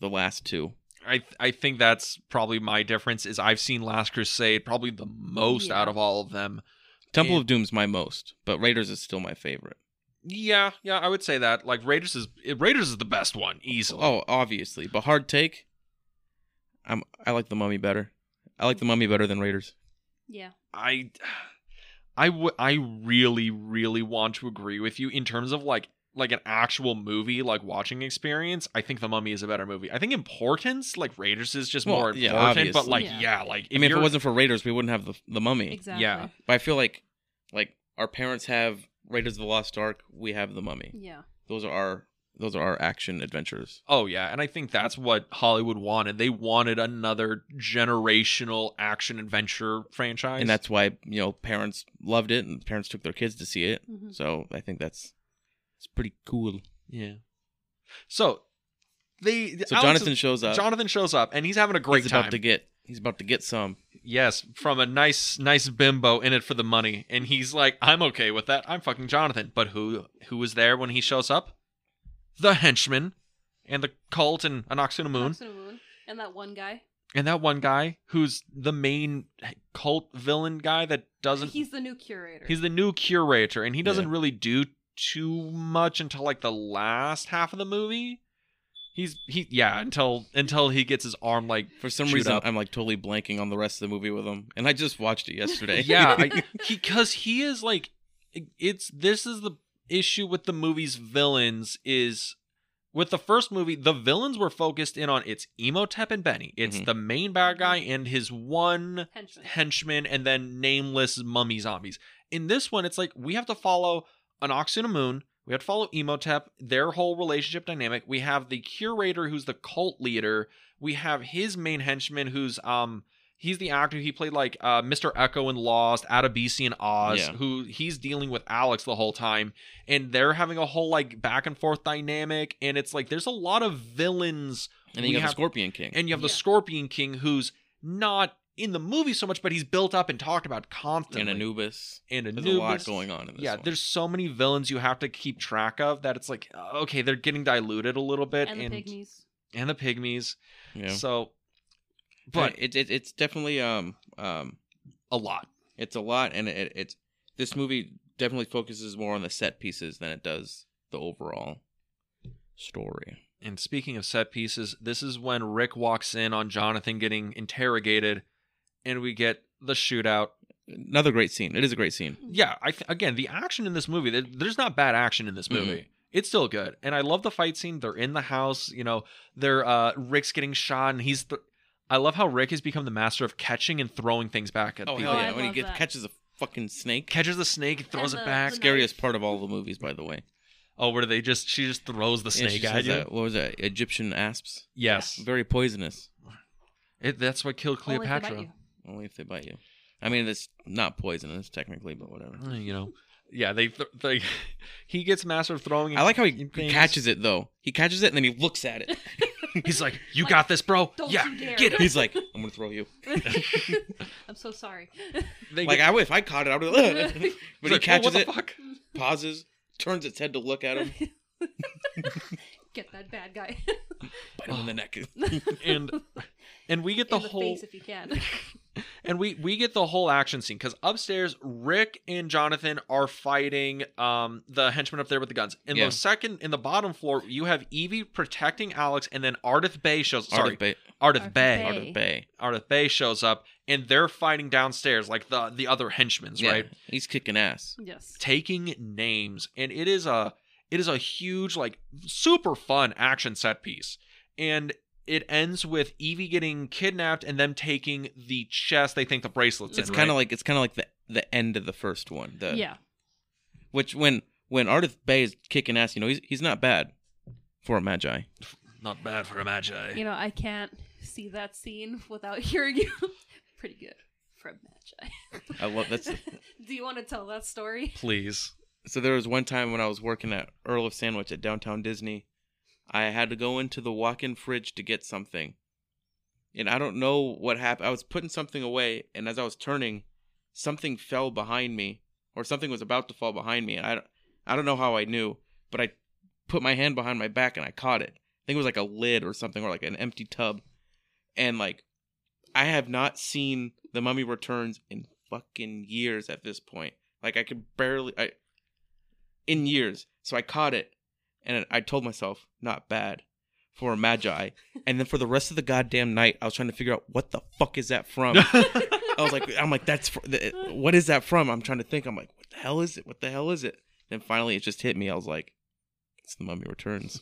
the last two. I I think that's probably my difference is I've seen Last Crusade probably the most Yeah. out of all of them. Temple Yeah. of Doom's my most, but Raiders is still my favorite. Yeah, yeah, I would say that. Like Raiders is eh, Raiders is the best one easily. Oh, obviously, but hard take. I'm I like the Mummy better. I like the Mummy better than Raiders. Yeah. I I would I really really want to agree with you in terms of like like an actual movie like watching experience. I think The Mummy is a better movie. I think importance like Raiders is just Well, more yeah, important, but obviously. like yeah, Yeah. like I mean, if it you're- wasn't for Raiders, we wouldn't have the the Mummy. Exactly. Yeah. But I feel like like our parents have Raiders of the Lost Ark, we have the Mummy. Yeah. Those are our those are our action adventures. Oh yeah, and I think that's what Hollywood wanted. They wanted another generational action adventure franchise. And that's why, you know, parents loved it and parents took their kids to see it. Mhm. So I think that's it's pretty cool. yeah. So they So Alex Jonathan is- shows up. Jonathan shows up and he's having a great he's time. about to get he's about to get some. Yes, from a nice, nice bimbo in it for the money, and he's like, "I'm okay with that. I'm fucking Jonathan." But who, who was there when he shows up? The henchman, and the cult, and Anoxuna Moon, Oxen and Moon. And that one guy. and that one guy who's the main cult villain guy that doesn't. He's, He's the new curator. the new curator, and he doesn't Yeah. really do too much until like the last half of the movie. He's he yeah until until he gets his arm like For some Shoot reason up. I'm like totally blanking on the rest of the movie with him. And I just watched it yesterday. yeah I, he because he is like it's this is the issue with the movie's villains is with the first movie the villains were focused in on it's emotep and benny it's Mhm. the main bad guy and his one henchman. henchman and then nameless mummy zombies in this one it's like we have to follow an ox and a moon we have to follow emotep their whole relationship dynamic we have the curator who's the cult leader we have his main henchman who's um he's the actor he played like uh, Mr. Echo in Lost, Adabisi in Oz, Yeah. who he's dealing with Alex the whole time, and they're having a whole like back and forth dynamic, and it's like there's a lot of villains, And then you We got have- the Scorpion King. and you have the Yeah. Scorpion King who's not in the movie so much, but he's built up and talked about constantly. and Anubis. and There's Anubis. a lot going on in this yeah, one. there's so many villains you have to keep track of that it's like uh, okay, they're getting diluted a little bit, and the and pygmies. and the pygmies. yeah. So, but but it, it it's definitely um um a lot. it's a lot and it, it's this movie definitely focuses more on the set pieces than it does the overall story And speaking of set pieces, this is when Rick walks in on Jonathan getting interrogated, and we get the shootout. another great scene it is a great scene Mm. Yeah, I th- again the action in this movie. there- There's not bad action in Mm-hmm. this movie. It's still good, and I love the fight scene. They're in the house. You know, they're uh, Rick's getting shot, and he's. Th- I love how Rick has become the master of catching and throwing things back at oh people. hell Oh, yeah I when he love gets, that. catches a fucking snake Catches the snake, throws the- it back. the- scariest part of all the movies by the way Oh, where they just she just throws the Yeah, she snake says at you. that- what was that egyptian asps Yes, very poisonous it, that's what killed Only if they bite Cleopatra. you. only if they bite you i mean it's not poisonous technically but whatever Uh, you know yeah they th- they he gets master of throwing and i like how he Things. catches it though he catches it and then he looks at it he's like you got this bro Don't yeah you dare. get him he's like i'm gonna throw you I'm so sorry. they like get, I, if i caught it i would have but he's he like, "Oh, catches what the it fuck? pauses, turns its head to look at him, Get that bad guy bite him in Oh, the neck. and and we get the, in the whole face if you can. and we we get the whole action scene because upstairs rick and jonathan are fighting um the henchmen up there with the guns in Yeah. the second in the bottom floor you have evie protecting alex and then ardith bay shows sorry Ardith Bay. ardith, bay, Ardith Bay. Ardith- Ardith Bay. Ardith bay shows up and they're fighting downstairs like the the other henchmen's Yeah, right He's kicking ass. yes. taking names and it is a it is a huge like super fun action set piece and it ends with Evie getting kidnapped and them taking the chest they think the bracelets It's in kind of right? like it's kind of like the the end of the first one. The, yeah. Which when when Ardith Bay is kicking ass, you know he's he's not bad for a magi. not bad for a magi You know, I can't see that scene without hearing you. Pretty good from Magi. I love that's. Do you want to tell that story? please so there was one time when I was working at Earl of Sandwich at Downtown Disney, I had to go into the walk-in fridge to get something, and I don't know what happened. I was putting something away, and as I was turning, something fell behind me, or something was about to fall behind me. And I don't, I don't know how I knew, but I put my hand behind my back and I caught it. I think it was like a lid or something, or like an empty tub, and like I have not seen The Mummy Returns in fucking years at this point. Like I could barely, I in years. So I caught it, and I told myself, not bad for a magi. And then for the rest of the goddamn night, I was trying to figure out what the fuck is that from. Oh. I was like, I'm like, that's fr- th- what is that from? I'm trying to think. I'm like, what the hell is it? What the hell is it? Then finally, it just hit me. I was like, it's the Mummy Returns.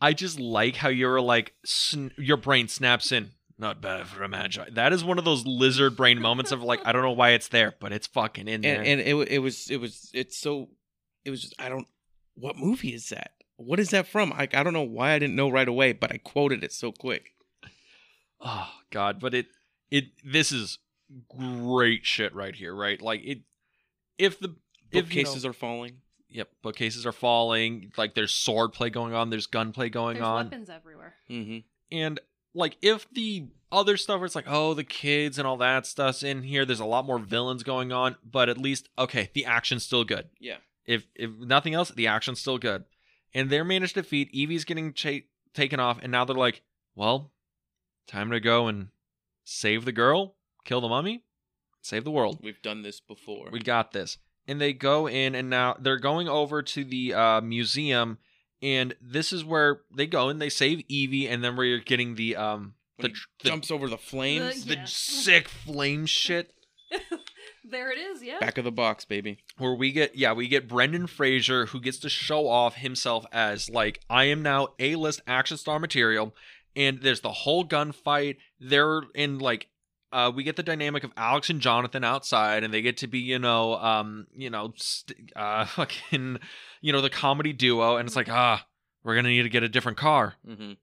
i just like how you're like sn- your brain snaps in not bad for a magi that is one of those lizard brain moments of like i don't know why it's there but it's fucking in there And, and it wa- it was it was it's so it was just I don't what movie is that? What is that from? Like I don't know why I didn't know right away, but I quoted it so quick. oh god but it it this is great shit right here right like it if the if you know- Bookcases are falling. yep bookcases are falling like there's sword play going on there's gunplay going There's on weapons everywhere. Mm-hmm. and like if the other stuff where it's like oh the kids and all that stuff's in here there's a lot more villains going on but at least okay the action's still good Yeah. if if nothing else the action's still good and they're managed to defeat evie's getting cha- taken off and now they're like well time to go and save the girl kill the mummy save the world We've done this before. we got this. And they go in, and now they're going over to the uh, museum, and this is where they go and they save Evie, and then we're getting the um the When he the, jumps over the flames. the Yeah. sick flame shit there it is, yeah. Back of the box, baby. where we get yeah we get Brendan Fraser who gets to show off himself as like I am now a list action star material, and there's the whole gunfight. They're in like. Uh, we get the dynamic of Alex and Jonathan outside, and they get to be, you know, um, you know, st- uh, fucking, you know, the comedy duo, and it's like, ah, we're gonna need to get a different car. Mm-hmm. And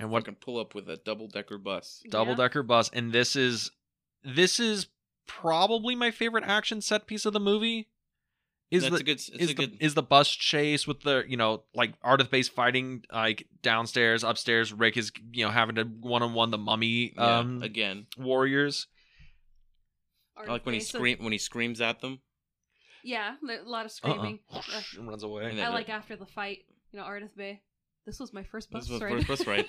I what can pull up with a double decker bus. double Yeah. decker bus and this is this is probably my favorite action set piece of the movie is That's the a good. It's is a the good. is the bus chase with the you know like artifice fighting like downstairs upstairs Rick is you know having to one on one the mummy yeah, um again, warriors Or I like when he face of- scream when he screams at them. Yeah, there- a lot of uh screaming. Uh-uh. and runs And away then- I like after the fight, you know, Ardith Bay. This was my first This bus was the ride. first bus ride.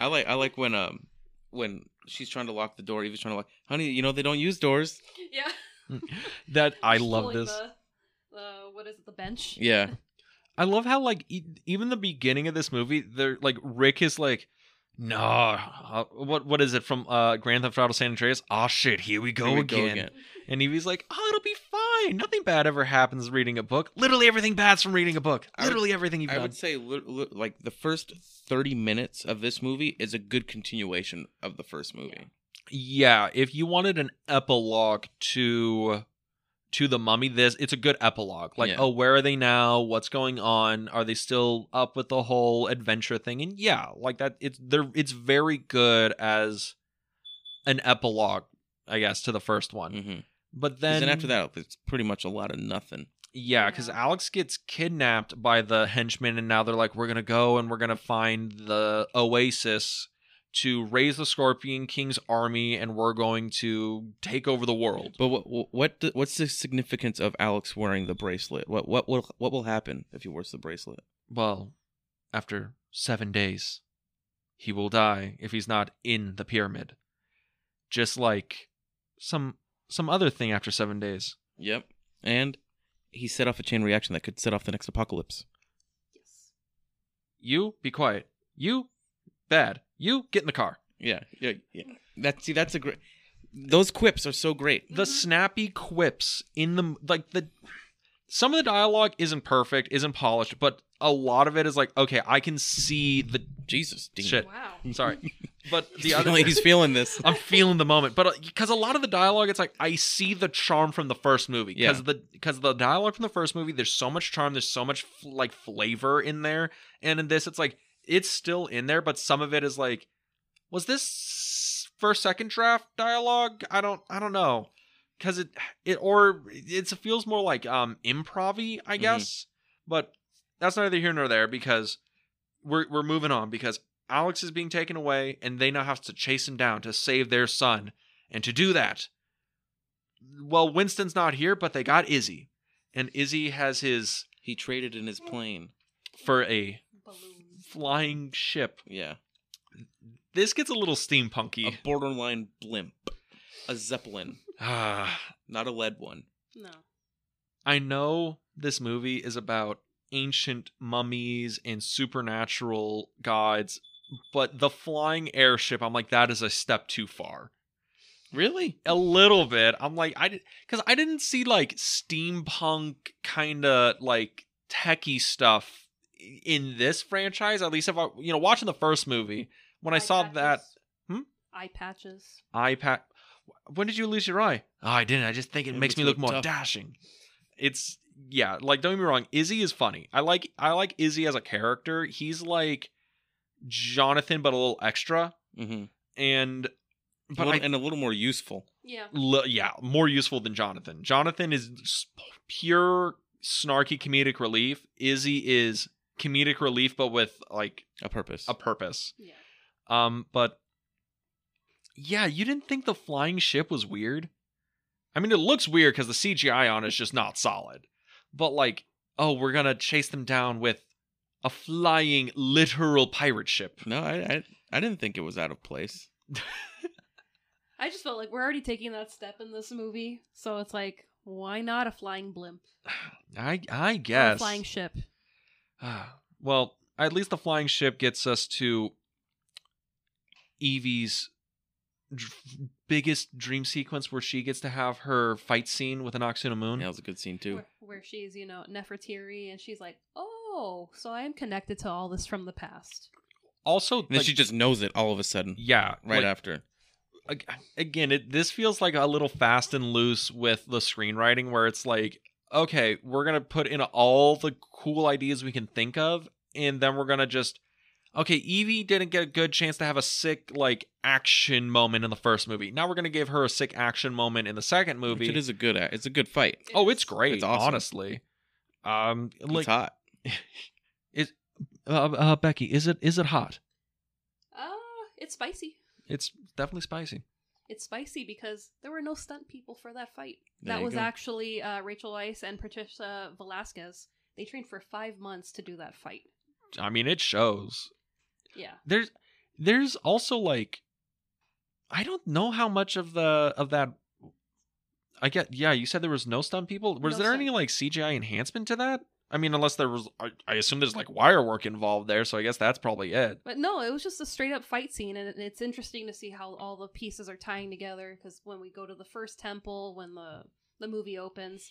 I like I like when um when she's trying to lock the door. Eva's trying to lock. Honey, you know they don't use doors. yeah. that I Just love pulling this The, the- what is it? The bench. Yeah, I love how like e- even the beginning of this movie, they're like Rick is like, nah, uh, what what is it from uh Grand Theft Auto San Andreas? Oh shit, here we go, Here we again. And Evie's like, oh, it'll be fine. Nothing bad ever happens reading a book. Literally everything bad's from reading a book. I would- Literally everything you've I done. would say li- li- like the first thirty minutes of this movie is a good continuation of the first movie. yeah, if you wanted an epilogue to to the mummy this it's a good epilogue like Yeah. oh where are they now what's going on are they still up with the whole adventure thing and yeah like that it's they're it's very good as an epilogue i guess to the first one Mm-hmm. but Then, then after that, it's pretty much a lot of nothing. yeah because Yeah. alex gets kidnapped by the henchmen and now they're like we're gonna go and we're gonna find the oasis to raise the scorpion king's army and we're going to take over the world But what what- what do- what's the significance of Alex wearing the bracelet? What what will what will happen if he wears the bracelet? Well, after seven days, he will die if he's not in the pyramid. Just like some some other thing after seven days. Yep. And he set off a chain reaction that could set off the next apocalypse. Yes. You be quiet. You bad. You get in the car. Yeah. Yeah. Yeah. That see that's a great. Those quips are so great. The Mhm. snappy quips in the like the some of the dialogue isn't perfect, isn't polished, but a lot of it is like, okay, I can see the Jesus, Dean. Shit. Wow. sorry, but He's the other feeling- he's feeling this. I'm feeling the moment, but because a lot of the dialogue, it's like I see the charm from the first movie. Because Yeah. the because the dialogue from the first movie, there's so much charm, there's so much f- like flavor in there, and in this, it's like it's still in there, but some of it is like, was this first second draft dialogue? I don't I don't know, because it it or it's, it feels more like um improv-y, I Mhm. guess. But that's neither here nor there because we're we're moving on because Alex is being taken away and they now have to chase him down to save their son. And to do that, well, Winston's not here, but they got Izzy. And Izzy has his He traded in his plane. for a Balloons. flying ship. Yeah. This gets a little A steampunky. borderline blimp. A zeppelin, Ah, not a lead one. No. I know this movie is about ancient mummies and supernatural gods, but the flying airship, I'm like, that is a step too far. Really? a little bit. I'm like I did because I didn't see like steampunk kind of like techie stuff i- in this franchise. At least if I you know watching the first movie when I Eye saw that patches. Hmm? Eye patches. iPad. When did you lose your eye? Oh, I didn't. I just think it, It makes looks me look look more tough. dashing. It's yeah, like don't get me wrong. Izzy is funny. I like I like Izzy as a character. He's like Jonathan, but a little extra. Mm-hmm. And but But I and a little more useful. Yeah. L- yeah, more useful than Jonathan. Jonathan is s- pure snarky comedic relief. Izzy is comedic relief, but with like A purpose. a purpose. Yeah. Um, but yeah, you didn't think the flying ship was weird. I mean, it looks weird because the CGI on it is just not solid. But like, oh, we're gonna chase them down with a flying literal pirate ship. no, I, I I didn't think it was out of place. I just felt like we're already taking that step in this movie, so it's like, why not a flying blimp? I I Or a guess flying ship. Ah, well, at least the flying ship gets us to Evie's dr- biggest dream sequence where she gets to have her fight scene with an Oxuna Moon. That was a good scene too. Where, where she's, you know, Nefertiti, and she's like, oh, so I am connected to all this from the past. Also, And then like- she just knows it all of a sudden, yeah, right like, after. ag- again, it, this feels like a little fast and loose with the screenwriting where it's like, okay, we're going to put in all the cool ideas we can think of and then we're going to just okay, Evie didn't get a good chance to have a sick like action moment in the first movie. Now we're gonna give her a sick action moment in the second Which movie. it is a good act. It's a good fight. oh, it's great, It's awesome. honestly. Um, like it's hot. uh, uh, Becky, is it is it hot? Uh, it's spicy. It's definitely spicy. It's spicy because there were no stunt people for that fight. There that you was go. actually uh, Rachel Weisz and Patricia Velasquez. They trained for five months to do that fight. I mean, it shows. Yeah. There's there's also like I don't know how much of the of that I get yeah, you said there was no stunt people. Was No there stunt. any like CGI enhancement to that? I mean, unless there was I, I assume there's like wire work involved there, so I guess that's probably it. But no, it was just a straight up fight scene, and it- it's interesting to see how all the pieces are tying together. Because when we go to the first temple, when the the movie opens,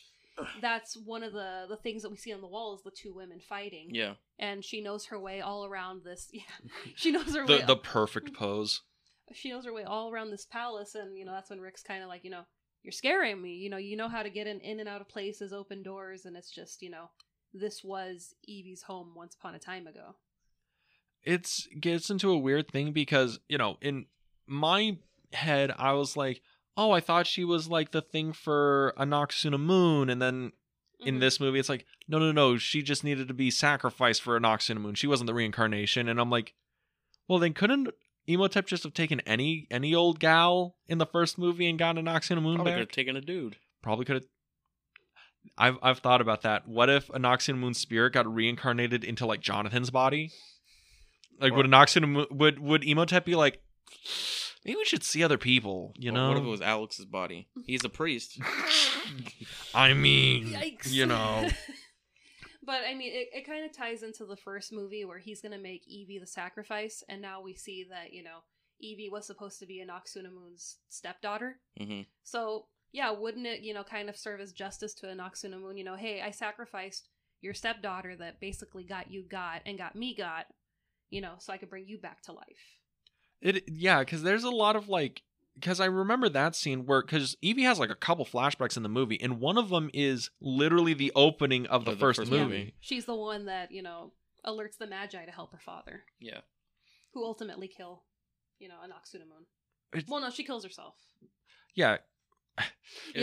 that's one of the the things that we see on the wall is the two women fighting, Yeah. and she knows her way all around this. Yeah, she knows her The way. the perfect Mm. pose. she knows her way all around this palace, and you know that's when Rick's kind of like, you know, you're scaring me. You know, you know how to get in in and out of places, open doors, and it's just you know, this was Evie's home once upon a time ago. it's gets into a weird thing because you know in my head i was like oh i thought she was like the thing for anaxuna moon and then in Mm-hmm. Mhm. this movie it's like no no no she just needed to be sacrificed for anaxuna moon she wasn't the reincarnation and i'm like well then couldn't emotep just have taken any any old gal in the first movie and gotten anaxuna moon Probably back? could have taken a dude. probably could have I've, I've thought about that. What if Anoxian Moon's spirit got reincarnated into like Jonathan's body? Like would Or- Anoxian Moon would would Emotep be like maybe we should see other people, you Or know? What if it was Alex's body? He's a priest. I mean, Yikes. you know. but I mean, it, it kind of ties into the first movie where he's going to make Evie the sacrifice, and now we see that, you know, Evie was supposed to be Anoxuna Moon's stepdaughter. hmm So, yeah, wouldn't it, you know, kind of serve as justice to Anoxuna Moon? You know, hey, I sacrificed your stepdaughter that basically got you got and got me got, you know, so I could bring you back to life. It yeah, because there's a lot of like because I remember that scene where because Evie has like a couple flashbacks in the movie, and one of them is literally the opening of the, Of the first, first movie. movie. She's the one that, you know, alerts the Magi to help her father, Yeah. who ultimately kill, you know, Anoxuna Moon. It's- Well, no, she kills herself. Yeah, It was-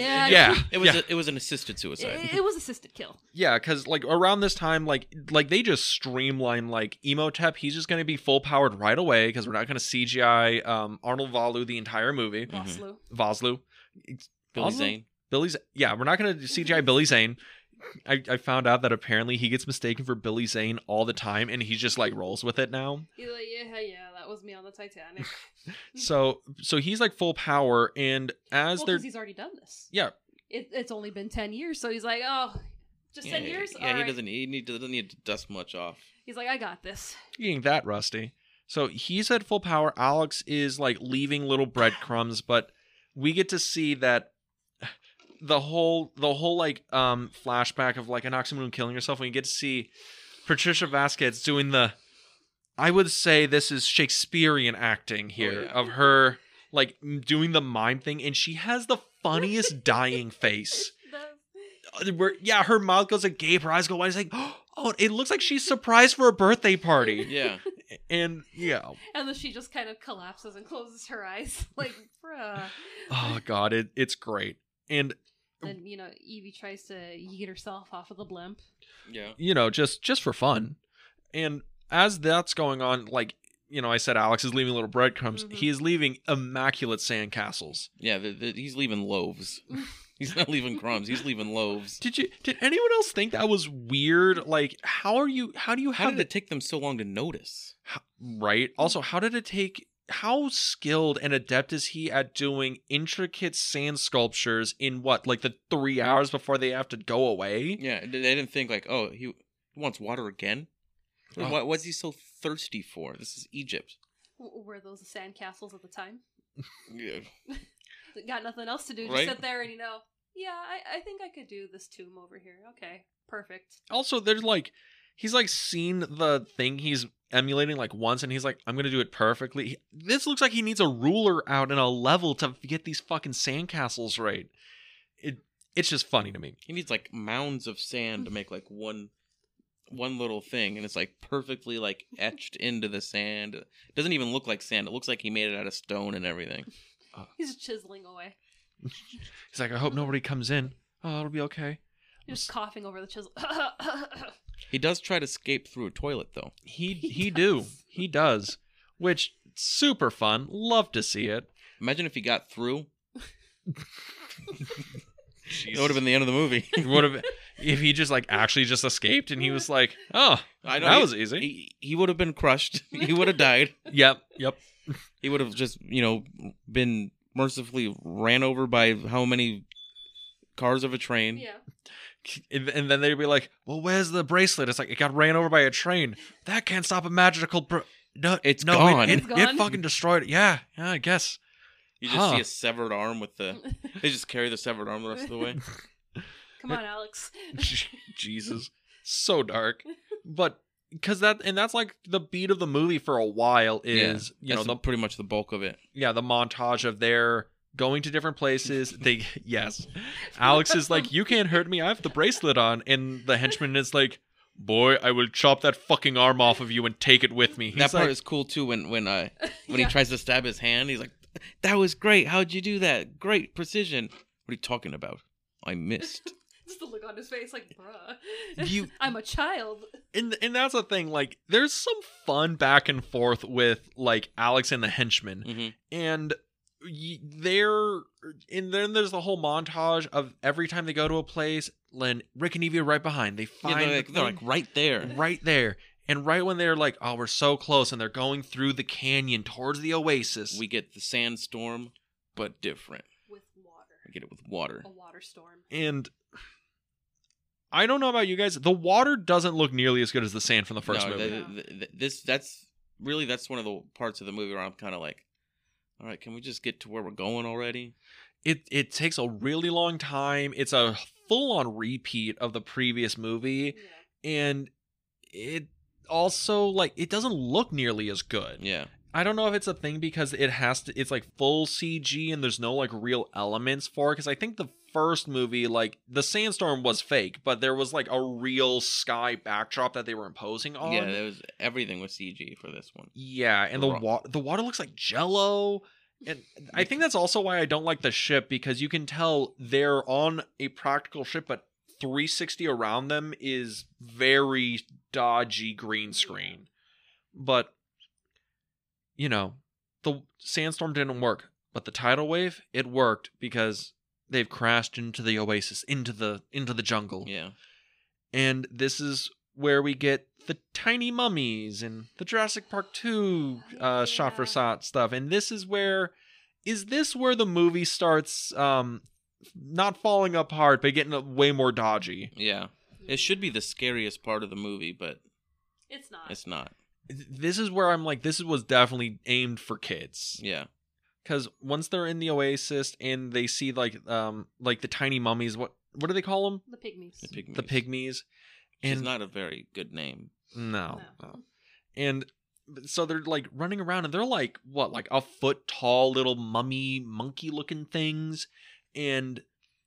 Yeah, It, yeah, it was. yeah. A, it was an assisted suicide. It, it was assisted kill. Yeah, because like around this time, like like they just streamline like Emotep. He's just gonna be full powered right away because we're not gonna CGI um Arnold Valu the entire movie. Mhm. Vaslu. Vaslu, Billy Awesome. Zane. Billy's yeah, we're not gonna CGI Billy Zane. I, I found out that apparently he gets mistaken for Billy Zane all the time, and he just like rolls with it now. He's like, yeah, yeah, that was me on the Titanic. So so he's like full power, and as well, they're because he's already done this. yeah, It, it's only been 10 years, so he's like, oh, just 10 yeah, years? Yeah, he Alright. doesn't. He need, doesn't need to dust much off. He's like, I got this. Being that rusty. So he's at full power. Alex is like leaving little breadcrumbs, but we get to see that the whole the whole like um flashback of like an Oxymoon killing herself. We get to see Patricia Vasquez doing the I would say this is Shakespearean acting here yeah. of her like m- doing the mime thing, and she has the funniest dying face. Uh, Where yeah, her mouth goes agape, her eyes go wide. It's like oh, it looks like she's surprised for a birthday party Yeah. and yeah and then she just kind of collapses and closes her eyes. like, bruh. oh god it, it's great and And, you know, Evie tries to yeet herself off of the blimp. yeah. you know just just for fun and as that's going on like you know i said alex is leaving little breadcrumbs Mhm. Mm-hmm. he is leaving immaculate sandcastles Yeah. The, the, he's leaving loaves. he's not leaving crumbs. He's leaving loaves. did you did anyone else think that was weird like how are you how do you How have did it take them so long to notice? How- right also how did it take how skilled and adept is he at doing intricate sand sculptures in what like the three hours before they have to go away Yeah, they they didn't think like, oh, he he wants water again. Oh. What what's he so thirsty for? This is Egypt. W- Were those the sandcastles at the time? Yeah. Got nothing else to do. Just Right. sit there and, you know, yeah, I, I think I could do this tomb over here. Okay, perfect. also there's like he's like seen the thing he's emulating like once and he's like i'm gonna do it perfectly He- this looks like he needs a ruler out and a level to get these fucking sandcastles right it it's just funny to me He needs like mounds of sand to make like one one little thing and it's like perfectly like etched into the sand. It doesn't even look like sand. It looks like he made it out of stone and everything. He's chiseling away, He's like, I hope nobody comes in. Oh, it'll be okay. just coughing over the chisel. He does try to escape through a toilet though. He he, He do. does. He does. Which super fun. Love to see it. Imagine if he got through. It would have been the end of the movie. It would have if he just like actually just escaped and he was like, Oh, I know that he- was easy. He, he would have been crushed. He would have died. yep, yep. He would have just, you know, been mercifully ran over by how many cars of a train. yeah, And and then they'd be like, Well, where's the bracelet? It's like it got ran over by a train. That can't stop a magical br- no, It's no, it- gone. It, It's it gone? fucking destroyed it. Yeah, yeah, I guess. You just Huh. see a severed arm with the. They just carry the severed arm the rest of the way. come on, Alex. Jesus. So dark. But because that and that's like the beat of the movie for a while is you know That's the pretty much the bulk of it. yeah the montage of their going to different places they yes alex is like you can't hurt me i have the bracelet on and the henchman is like boy i will chop that fucking arm off of you and take it with me He's that part like, is cool too. When when uh when Yeah. he tries to stab his hand, he's like, "That was great. How'd you do that? Great precision." What are you talking about? I missed. Just the look on his face, like, bruh. You- I'm a child. and, and that's the thing like there's some fun back and forth with like alex and the henchman hmm and y- they're and then there's the whole montage of every time they go to a place Len Rick and Evie are right behind they find they're, the like, they're thing like right there. right there and right when they're like oh we're so close and they're going through the canyon towards the oasis We get the sandstorm, but different. With water, We get it with water. Oh. a water storm. and I don't know about you guys the water doesn't look nearly as good as the sand from the first No, movie th- th- th- this that's really that's one of the parts of the movie where I'm kind of like, all right, can we just get to where we're going already? it it takes a really long time it's a full on repeat of the previous movie Yeah. and it also like it doesn't look nearly as good. Yeah, I don't know if it's a thing because it has to it's like full CG and there's no like real elements for it cuz I think the first movie like the sandstorm was fake but there was like a real sky backdrop that they were imposing on. yeah. There was everything was CG for this one. Yeah, and the Wrong. water the water looks like jello. And I think that's also why I don't like the ship because you can tell they're on a practical ship, but 360 around them is very dodgy green screen. But you know, the sandstorm didn't work, but the tidal wave it worked because they've crashed into the oasis, into the into the jungle, Yeah, and this is where we get the tiny mummies and the Jurassic Park 2 uh, shot for Yeah. shot stuff. And this is where, is this where the movie starts um, not falling apart, but getting way more dodgy? yeah. It should be the scariest part of the movie, but It's not. it's not. This is where I'm like, this was definitely aimed for kids. Yeah, Because once they're in the oasis and they see like um like the tiny mummies, what what do they call them? the pygmies. the pygmies. The pygmies. Which is not a very good name. No. No. no. And so they're like running around and they're like what, like a foot tall little mummy monkey looking things and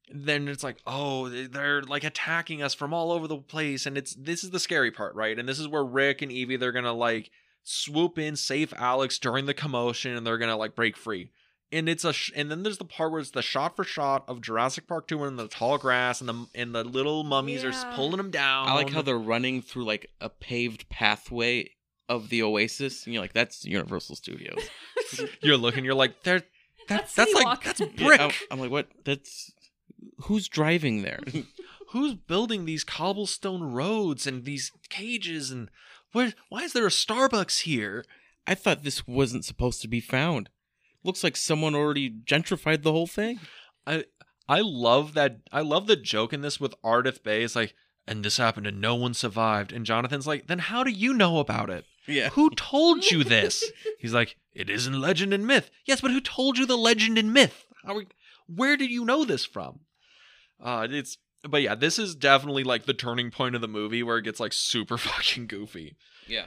then it's like oh they- they're like attacking us from all over the place and it's this is the scary part right and this is where rick and evie they're gonna like swoop in save alex during the commotion and they're gonna like break free and it's a sh- and then there's the part where it's the shot for shot of jurassic park 2 and the tall grass and the and the little mummies are s- Yeah. pulling them down I like how they're running through like a paved pathway of the Oasis, and you're like, that's Universal Studios. you're looking you're like they're that's That's that's City like Walk. that's Yeah, Yeah, brick I'm, I'm like, what? That's who's driving there? who's building these cobblestone roads and these cages and where why is there a starbucks here I thought this wasn't supposed to be found. Looks like someone already gentrified the whole thing. i love that i love the joke in this with ardith bay it's like and this happened and no one survived and jonathan's like then how do you know about it Yeah. who told you this he's like it isn't legend and myth yes but who told you the legend and myth How we, where did you know this from uh it's but yeah this is definitely like the turning point of the movie where it gets like super fucking goofy Yeah.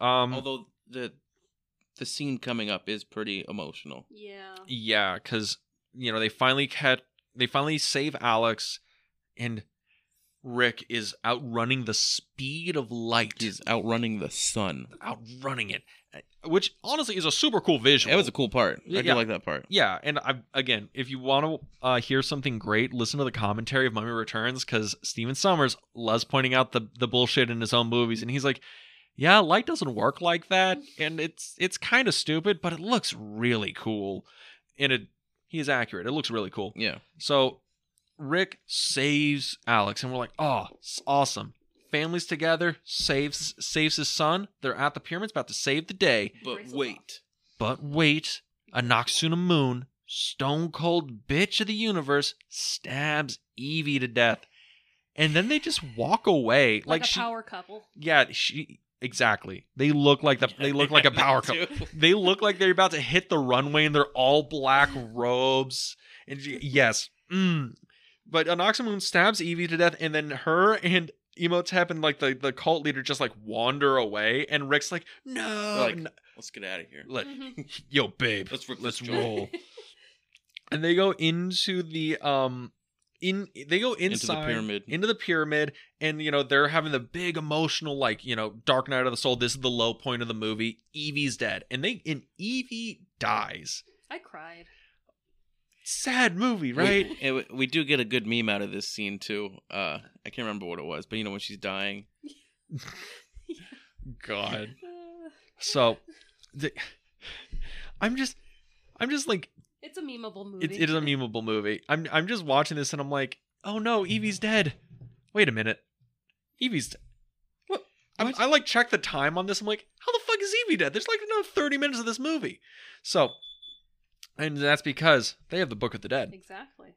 Um, Although the the scene coming up is pretty emotional. Yeah. yeah, because you know they finally cat they finally save Alex, and Rick is outrunning the speed of light. He's outrunning the sun. outrunning it, eh, which honestly is a super cool visual. That was a cool part. I do Yeah. like that part. yeah, and I again, if you want to uh, hear something great, listen to the commentary of Mummy Returns because Steven Summers loves pointing out the the bullshit in his own movies, and he's like, "Yeah, light doesn't work like that, and it's it's kind of stupid, but it looks really cool, and it he is accurate. It looks really cool." Yeah. So Rick saves Alex, and we're like, oh, it's awesome. Families together, saves saves his son. They're at the pyramids, about to save the day. But Raise them wait. But wait, a Noxuna Moon, stone cold bitch of the universe, stabs Evie to death, and then they just walk away like, like, a she. power couple. yeah, she exactly. They look like the, they look like a power couple they look like they're about to hit the runway and they're all black robes and y- yes mm. but Anoxamoon stabs Evie to death and then her and Emotep and like the, the cult leader just like wander away and Rick's like no Like- n- Let's get out of here. let- Mhm. yo babe Let's rip let's this joint. roll and they go into the um in they go into inside the pyramid. into the pyramid and you know they're having the big emotional like you know dark night of the soul this is the low point of the movie evie's dead and they and evie dies I cried. sad movie right We, and we- we do get a good meme out of this scene too. Uh, I can't remember what it was, but you know when she's dying, god Uh, so the, i'm just i'm just like it's a memeable movie. it, it is a memeable movie i'm i'm just watching this and i'm like oh no evie's dead wait a minute evie's dead I, I like check the time on this. I'm like, how the fuck is Evie dead? There's like another 30 minutes of this movie. So, and that's because they have the Book of the Dead. Exactly.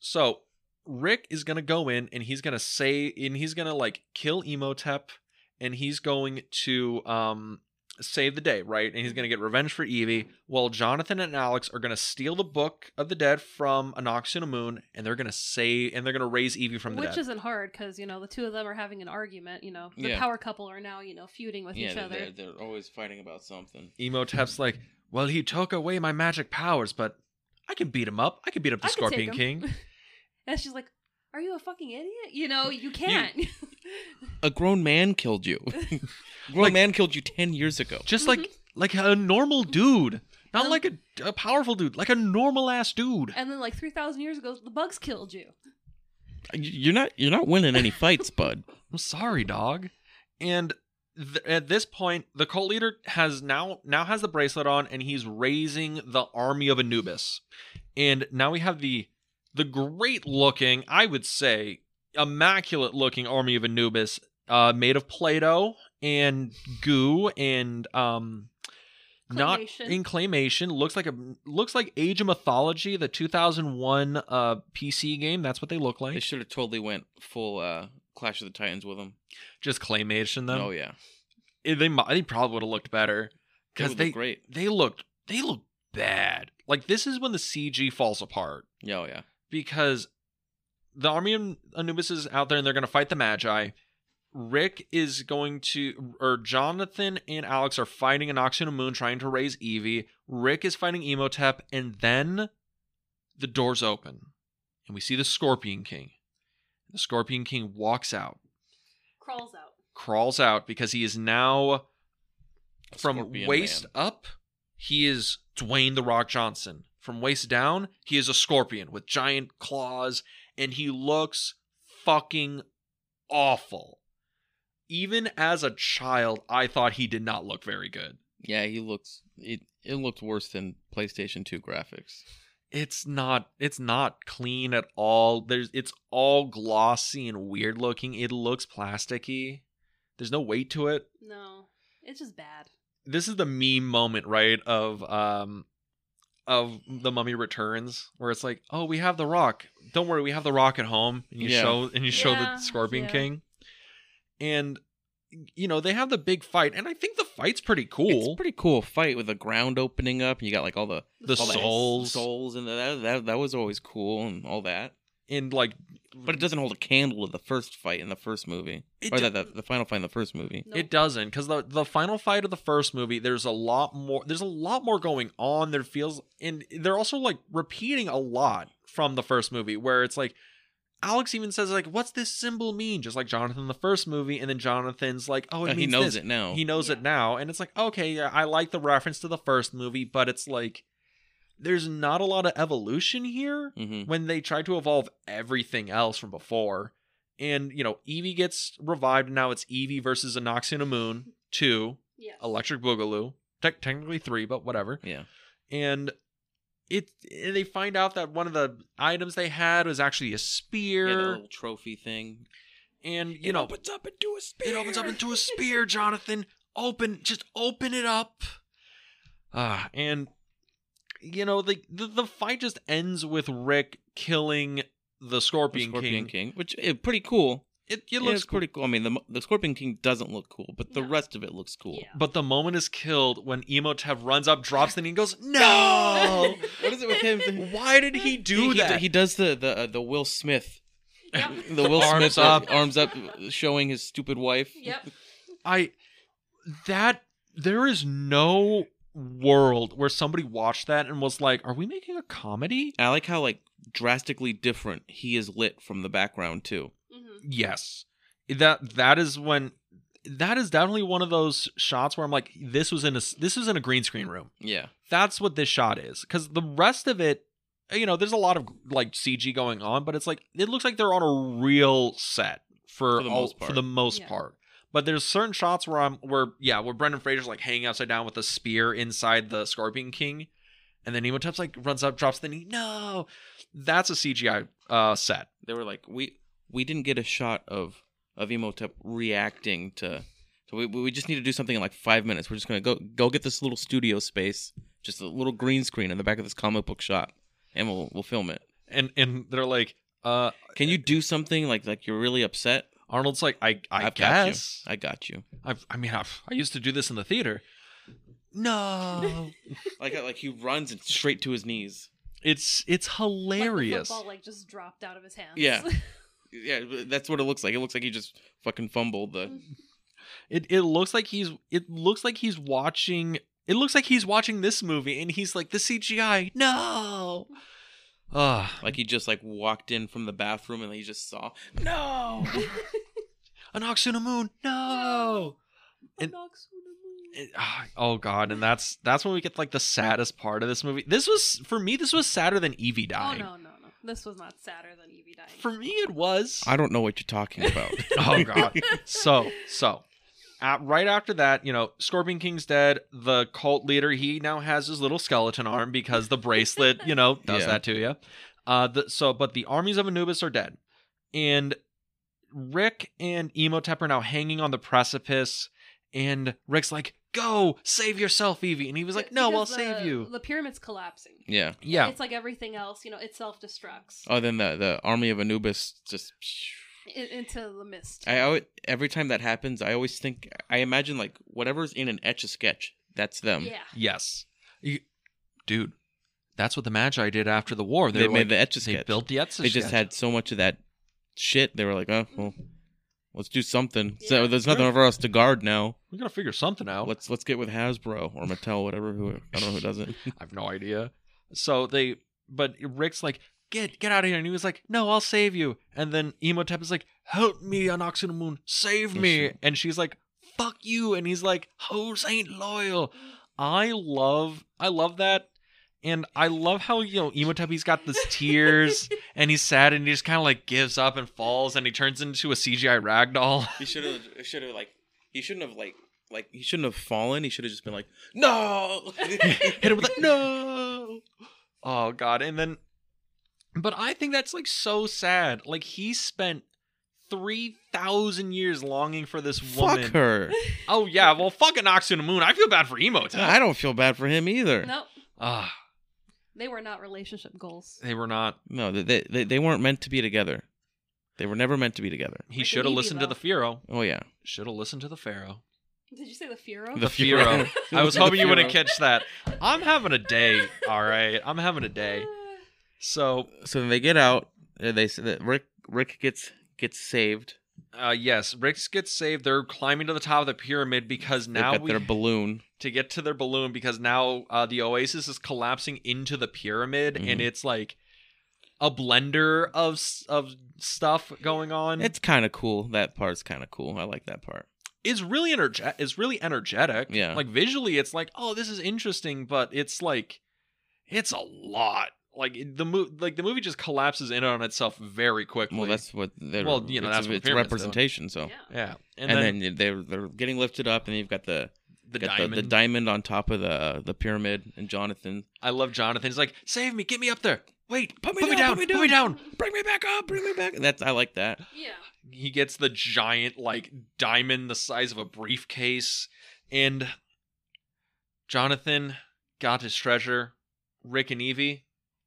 So Rick is gonna go in and he's gonna say and he's gonna like kill Emotep and he's going to um save the day, right? And he's gonna get revenge for Evie. While Jonathan and Alex are gonna steal the book of the dead from Anoxuna Moon and they're gonna save and they're gonna raise Evie from the Which dead. isn't hard because you know the two of them are having an argument. You know the Yeah. power couple are now you know feuding with yeah, each they're, other. They're, they're always fighting about something. Emotep's like, well, he took away my magic powers, but I can beat him up. I can beat up the I could take Scorpion 'em." King. and she's like, "Are you a fucking idiot? You know you can't." A grown man killed you. grown Like- man killed you ten years ago. Just like like a normal dude. Not Mm-hmm. Um, like a, a powerful dude, like a normal ass dude. and then like three thousand years ago, the bugs killed you. You're not you're not winning any fights, bud. I'm sorry, dog. And th- at this point, the cult leader has now now has the bracelet on, and he's raising the army of Anubis. And now we have the the great looking, I would say, immaculate looking army of Anubis, uh, made of Play-Doh and goo and um, not Claymation. in claymation. Looks like a looks like Age of Mythology, the 2001 uh PC game. That's what they look They like. should have totally went full uh, Clash of the Titans with them. Just claymation, though. oh yeah, it- they mi- they probably would have looked better They because would they look great. they looked they looked bad. Like this is when the CG falls apart Yeah, oh yeah. because the army of Anubis is out there and they're going to fight the Magi. Rick is going to, or Jonathan and Alex are fighting an Oxygen Moon trying to raise Evie. Rick is fighting Emotep, and then the doors open and we see the Scorpion King. The Scorpion King walks out, Crawls out. crawls out because he is now from Scorpion waist Man. up, he is Dwayne the Rock Johnson. From waist down, he is a scorpion with giant claws, and he looks fucking awful. Even as a child, I thought he did not look very good. Yeah, he looks it. It looked worse than PlayStation Two graphics. It's not it's not clean at all. There's it's all glossy and weird looking. It looks plasticky. There's no weight to it. No, it's just bad. this is the meme moment, right? Of um of the mummy returns where it's like, "Oh, we have the rock. Don't worry, we have the rock at home." And you Yeah. show and you show Yeah, the Scorpion yeah. King. And you know, they have the big fight, and I think the fight's pretty It's a cool. pretty cool fight with the ground opening up. and You got like all the The all flesh. soul- the Souls. souls, and that that that was always cool and all that. and like But it Oh, doesn't hold a candle to the first fight in the first movie, Mm-hmm. it, or do- the, the the final fight in the first movie. Nope. it doesn't because the the final fight of the first movie, there's a lot more. There's a lot more going on. There feels and they're also like repeating a lot from the first movie where it's like Alex even says like, "What's this symbol mean?" Just like Jonathan in the first movie, and then Jonathan's like, "Oh, it Uh, means he knows this. it now. He knows Yeah. it now, and it's like, okay, yeah, I like the reference to the first movie, but it's like, there's not a lot of evolution here hmm when they try to evolve everything else from before. And you know, Evie gets revived, and now it's Evie versus Anoxina Moon two, Yes. Electric Boogaloo, tech technically three, but whatever Yeah. and it and they find out that one of the items they had was actually a Yeah, that spear little trophy thing. and you know opens up into a it opens up into a spear jonathan open just open it up ah and you know the, the the fight just ends with rick killing the scorpion, Scorpion king. King, which is pretty cool. it, it It looks looks pretty cool. I mean, the mo- the Scorpion King doesn't look cool, but the No. rest of it looks cool. Yeah. but the moment is killed when Emotep runs up, drops the knee, and goes, "No! what is it with him? Why did he do he, that?" He, does the the uh, the Will Smith, Yep. the Will Arms Smith uh, up. arms up, showing his stupid wife. Yep. Mm-hmm. I that there is no world where somebody watched that and was like, "Are we making a comedy?" I like how like drastically different he is lit from the background too. hmm Yes, that that is when that is definitely one of those shots where I'm like, "This was in a this was in a green screen room." Yeah, That's what this shot is because the rest of it, you know, there's a lot of like CG going on, but it's like it looks like they're on a real set for For the all- most part. For the most Yeah. part. But there's certain shots where I'm where yeah where Brendan Fraser's like hanging upside down with a spear inside the Scorpion King, and then Emotep's like runs up, drops the knee. No, that's a CGI uh, set. they were like we we didn't get a shot of of Emotep reacting to. So we, we just need to do something in like five minutes. We're just gonna go go get this little studio space, just a little green screen in the back of this comic book shop, and we'll we'll film it. And and they're like, uh, Can you do something like like you're really upset? Arnold's like, I I I've got you. guess I got you. I I mean I've, I used to do this in the theater. No, Like like he runs and straight to his knees. it's it's Like the hilarious. football, like just dropped out of his hands. Yeah. Yeah, that's what it looks like. It looks like he just fucking fumbled the. It it looks like he's it looks like he's watching it looks like he's watching this movie and he's like the CGI. No. Ugh. Like he just like walked in from the bathroom and he just saw. no. An ox in a moon. No. A And- box on the moon. It- ah, oh god, and that's that's when we get like the saddest part of this movie. This was for me this was sadder than Evie Oh dying. no no no! This was not sadder than Evie dying. For me it was. I don't know what you're talking about. oh god so so at, right after that you know scorpion king's dead the cult leader he now has his little skeleton arm because the bracelet you know does Yeah. that to you uh the, so but the armies of anubis are dead and rick and emotep are now hanging on the precipice and rick's like go save yourself evie and he was like no i'll Because uh, the- save you The pyramid's collapsing. yeah. yeah It's like everything else, you know, it self destructs Oh, then the the army of Anubis just. into the mist. I always, every time that happens, I always think I imagine like whatever's in an etch a sketch. That's them. yeah. yes You- dude that's what the magi did after the war They, they, were made like- the etch a they sketch. built the Etsy They just had so much of that shit. They were like, oh well, let's do something. So Mm-hmm. Yeah. there's nothing for us to guard now. We gotta figure something out. Let's let's get with Hasbro or Mattel, whatever. Who I don't know who does it. I have no idea. So they, but Rick's like, get get out of here, and he was like, no, I'll save you. And then Emotep is like, help me, Anoxina Moon, save me. Yes. And she's like, fuck you. And he's like, hoes ain't loyal. I love, I love that. And I love how you know Emotep. He's got this tears, and he's sad, and he just kind of like gives up and falls, and he turns into a CGI ragdoll. He should have should have like he shouldn't have like like he shouldn't have fallen. He should have just been like no. hit him with a no. Oh god, and then but I think that's like so sad. Like he spent 3000 years longing for this woman. Fuck her. Oh yeah, well fucking Oxuna Moon. I feel bad for Emotep. I don't feel bad for him either. Nope. Ah, They were not relationship goals. they were not No, they, they they weren't meant to be together. They were never meant to be together. he Like should have Evie, listened to though. the Pharaoh. Oh yeah. Should have listened to the Pharaoh. Did you say the Firo? The Firo. I was The hoping you Firo. wouldn't catch that. I'm having a day, all right. I'm having a Uh, day. So, So then they get out. and They say that Rick Rick gets gets saved. uh yes, Ricks gets saved. They're climbing to the top of the pyramid because They've now got we their balloon. to get to their balloon because now uh, the oasis is collapsing into the pyramid and Mhm. it's like a blender of s- of stuff going on. It's kind of cool. That part's kind of cool. I like that part. is really energetic. It's really energetic. Yeah. Like visually, it's like, oh, this is interesting, but it's like, it's a lot. Like it- the movie, like the movie just collapses in on itself very quickly. Well, that's what they're. Well, you know, it's, that's what it's pyramids do. representation. So, Yeah. yeah. and, then, they're they're getting lifted up, and you've got the the got diamond. The, the diamond on top of the the pyramid, and Jonathan, I love Jonathan. He's like, save me, get me up there. Wait, put me, Put me down, down, put me down. bring me back up, bring me back. That's I like that. Yeah. He gets the giant like diamond the size of a briefcase, and Jonathan got his treasure. Rick and Evie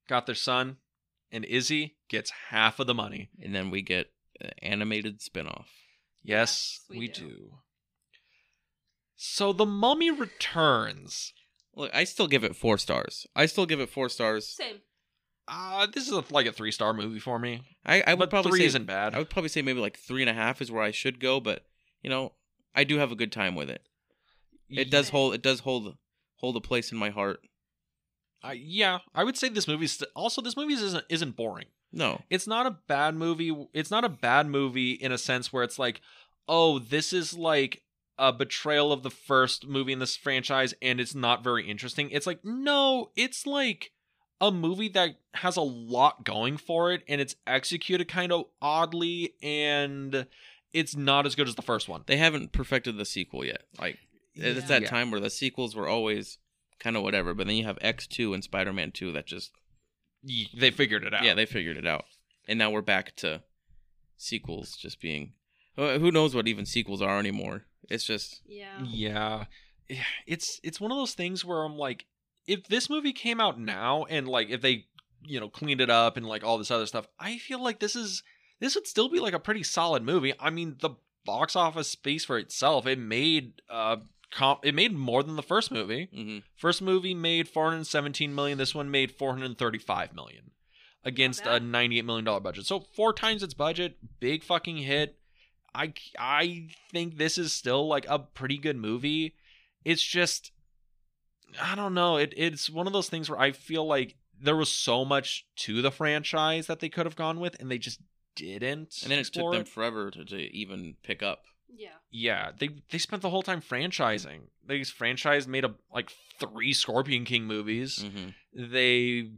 got their son, and Izzy gets half of the money. And then we get an animated spinoff. Yes, Yes, we we do. do. So the mummy returns. Look, I still give it four stars. I still give it four stars. Same. Uh, this is a, like a three star movie for me. I, I but would probably three say isn't bad. I would probably say maybe like three and a half is where I should go, but you know, I do have a good time with it. It does Yeah. hold. It does hold hold a place in my heart. I, yeah, I would say this movie's st- also this movie isn't isn't boring. No, It's not a bad movie. It's not a bad movie in a sense where it's like, oh, this is like a betrayal of the first movie in this franchise, and it's not very interesting. It's like no, it's like a movie that has a lot going for it, and it's executed kind of oddly, and it's not as good as the first one. they haven't perfected the sequel yet. Like it's that Yeah. time where the sequels were always kind of whatever, but then you have X two and Spider Man two that just Y- They figured it out. yeah they figured it out, and now we're back to sequels just being uh, who knows what even sequels are anymore. It's just Yeah. Yeah. Eh, It's it's one of those things where I'm like if this movie came out now and like if they, you know, cleaned it up and like all this other stuff, I feel like this is this would still be like a pretty solid movie. I mean, the box office speaks for itself. It made uh comp- it made more than the first movie. mhm. First movie made 417 million, this one made 435 million against a bad. 98 million dollar budget. So four times its budget, big fucking hit. I I think this is still like a pretty good movie. It's just I don't know. It it's one of those things where I feel like there was so much to the franchise that they could have gone with and they just didn't. and then it took explore them forever to, to even pick up. Yeah. yeah, they they spent the whole time franchising. They franchise made a like three Scorpion King movies. Mm-hmm. They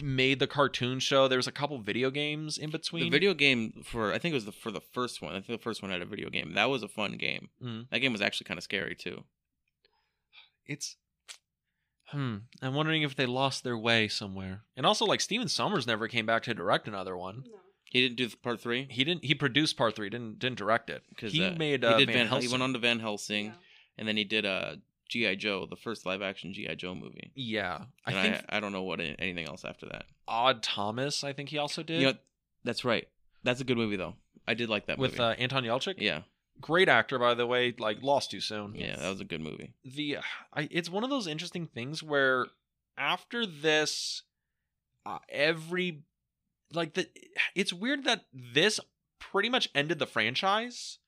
made the cartoon show. There was a couple video games in between. The video game for I think it was the for the first one. I think the first one had a video game. That was a fun game. Mhm. That game was actually kind of scary too. it's hmm. I'm wondering if they lost their way somewhere. And also, like Steven Summers never came back to direct another one. No. He didn't do the part three He didn't. He produced part three. Didn't didn't direct it. He uh, made uh, he did Van, Van, Hel- Helsing. he went on to Van Helsing, Yeah. and then he did uh, GI Joe, the first live action GI Joe movie. yeah, I uh, And I, think I don't know what any- anything else after that. Odd Thomas. I think he also did You know, that's right. That's a good movie though. I did like that with movie. uh, Anton Yelchin. yeah, Great actor, by the way. Like lost too soon. yeah, that was a good movie. the I, it's one of those interesting things where after this uh, every like the it's weird that this pretty much ended the franchise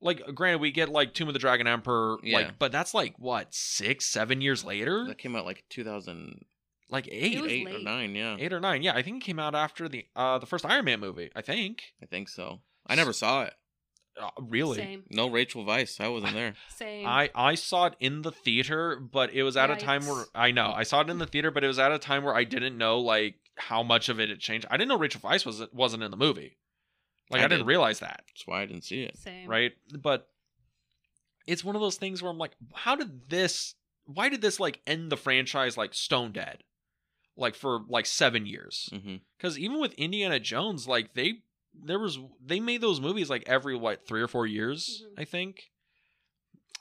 like granted we get like tomb of the dragon emperor Yeah. like but that's like what six seven years later That came out like 2008 like eight It was or late. nine. Yeah, eight or nine yeah i think it came out after the uh the first iron man movie i think I think so. I never saw it. uh, really Same. No Rachel Vice. I wasn't there. Same. I I saw it in the theater, but it was at a time where Yikes. I know I saw it in the theater, but it was at a time where I didn't know like how much of it had changed. I didn't know Rachel Weisz was wasn't in the movie. Like I, I didn't did. realize that, That's why I didn't see it. Same. right? But it's one of those things where I'm like, how did this? Why did this like end the franchise like stone dead? Like for like seven years, hmm because even with Indiana Jones, like they there was they made those movies like every what three or four years, Mhm. I think.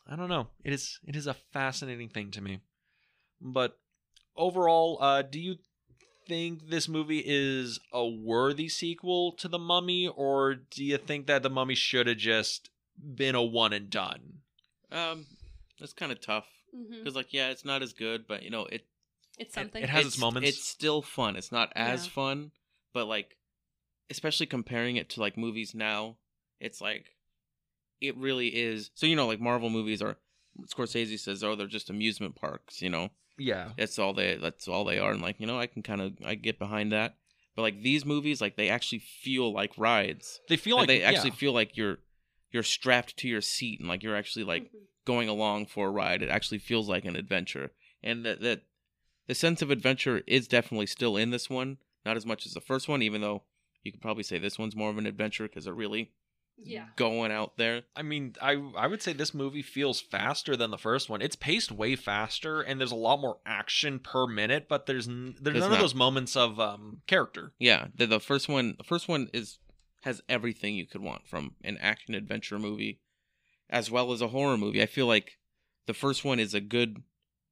I don't know. It is it is a fascinating thing to me, but overall, uh, do you think this movie is a worthy sequel to The Mummy, or do you think that The Mummy should have just been a one and done? Um, that's kind of tough Mhm. because, like, yeah, it's not as good, but you know, it It's something. it has its moments. It's still fun. It's not as Yeah. fun, but like, especially comparing it to like movies now, it's like it really is. So you know, like Marvel movies are. Scorsese says, "Oh, they're just amusement parks." You know, Yeah, that's all they. That's all they are. And like, you know, I can kind of I get behind that. But like these movies, like they actually feel like rides. They feel Like, like they actually yeah. feel like you're you're strapped to your seat and like you're actually like Mhm. going along for a ride. It actually feels like an adventure, and that that the sense of adventure is definitely still in this one. Not as much as the first one, even though you could probably say this one's more of an adventure because they're really yeah. going out there. I mean, I I would say this movie feels faster than the first one. It's paced way faster, and there's a lot more action per minute. But there's n- there's There's none of not. those moments of um character. Yeah, the, the first one, the first one is has everything you could want from an action adventure movie, as well as a horror movie. I feel like the first one is a good,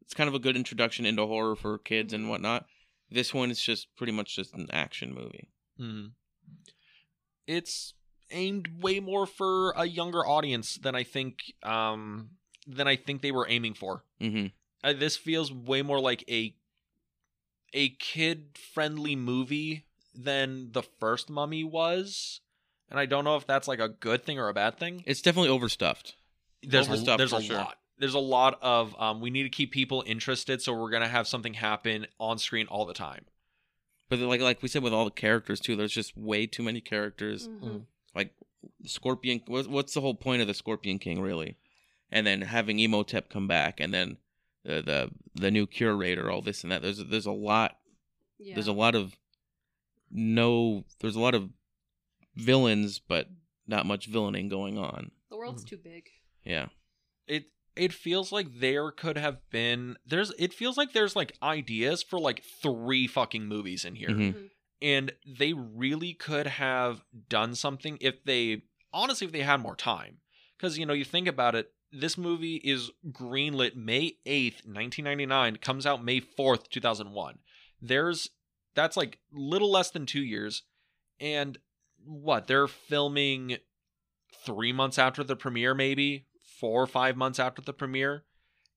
it's kind of a good introduction into horror for kids and whatnot. This one is just pretty much just an action movie. Mm. It's aimed way more for a younger audience than I think um than I think they were aiming for. Mm-hmm. Uh, this feels way more like a a kid friendly movie than the first Mummy was, and I don't know if that's like a good thing or a bad thing. It's definitely overstuffed. there's a, Overstuffed there's for a sure. lot there's a lot of um, we need to keep people interested so we're gonna have something happen on screen all the time But like like we said with all the characters too, there's just way too many characters. Mm-hmm. Mhm. Scorpion, what, what's the whole point of the Scorpion King really? And then having Emotep come back, and then the the, the new curator, all this and that. There's there's a lot. Yeah. There's a lot of no. There's a lot of villains, but not much villaining going on. the world's Mm-hmm. too big. Yeah, it it feels like there could have been there's it feels like there's like ideas for like three fucking movies in here Mhm. and they really could have done something if they honestly if they had more time because you know you think about it this movie is greenlit may 8th 1999 comes out may 4th 2001 there's that's like little less than two years and what they're filming three months after the premiere maybe four or five months after the premiere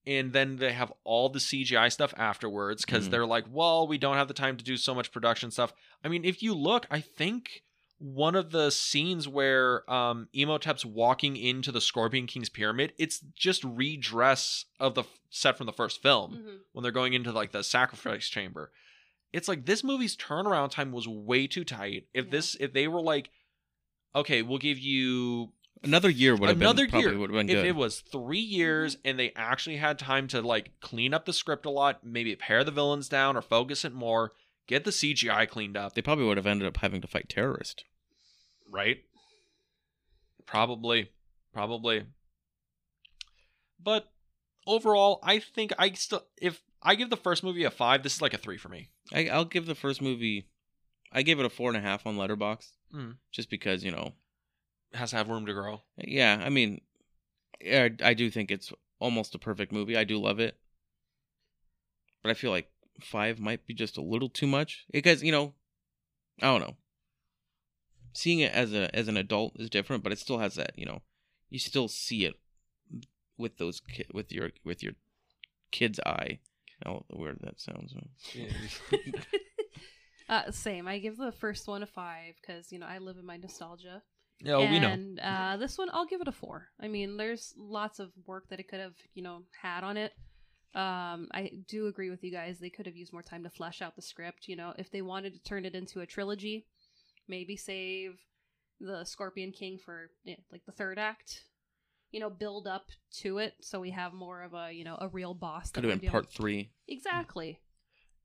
and then they have all the cgi stuff afterwards because Mhm. they're like well we don't have the time to do so much production stuff i mean if you look i think one of the scenes where um emotep's walking into the scorpion king's pyramid it's just redress of the f- set from the first film Mhm. when they're going into like the sacrifice chamber. It's like this movie's turnaround time was way too tight. If Yeah. this if they were like, okay, we'll give you another year would have another been probably year. would have been if good. it was three years and they actually had time to like clean up the script a lot, maybe pare the villains down or focus it more, get the CGI cleaned up, they probably would have ended up having to fight terrorists. right? Probably. Probably. But overall, I think I still if I give the first movie a five, this is like a three for me. I, I'll give the first movie. I gave it a four and a half on Letterbox, Mm. just because you know has to have room to grow. Yeah, I mean, I, I do think it's almost a perfect movie. I do love it, but I feel like five might be just a little too much because you know, I don't know. Seeing it as a as an adult is different, but it still has that you know, you still see it with those ki- with your with your kid's eye. How weird that sounds. uh, same. I give the first one a five because you know I live in my nostalgia. Yeah, well, Oh, we know. and uh, this one, I'll give it a four. I mean, there's lots of work that it could have, you know, had on it. Um, I do agree with you guys. They could have used more time to flesh out the script. You know, if they wanted to turn it into a trilogy, maybe save the Scorpion King for yeah, like the third act. You know, build up to it so we have more of a you know a real boss. that Could have we're been dealing- part three, Exactly.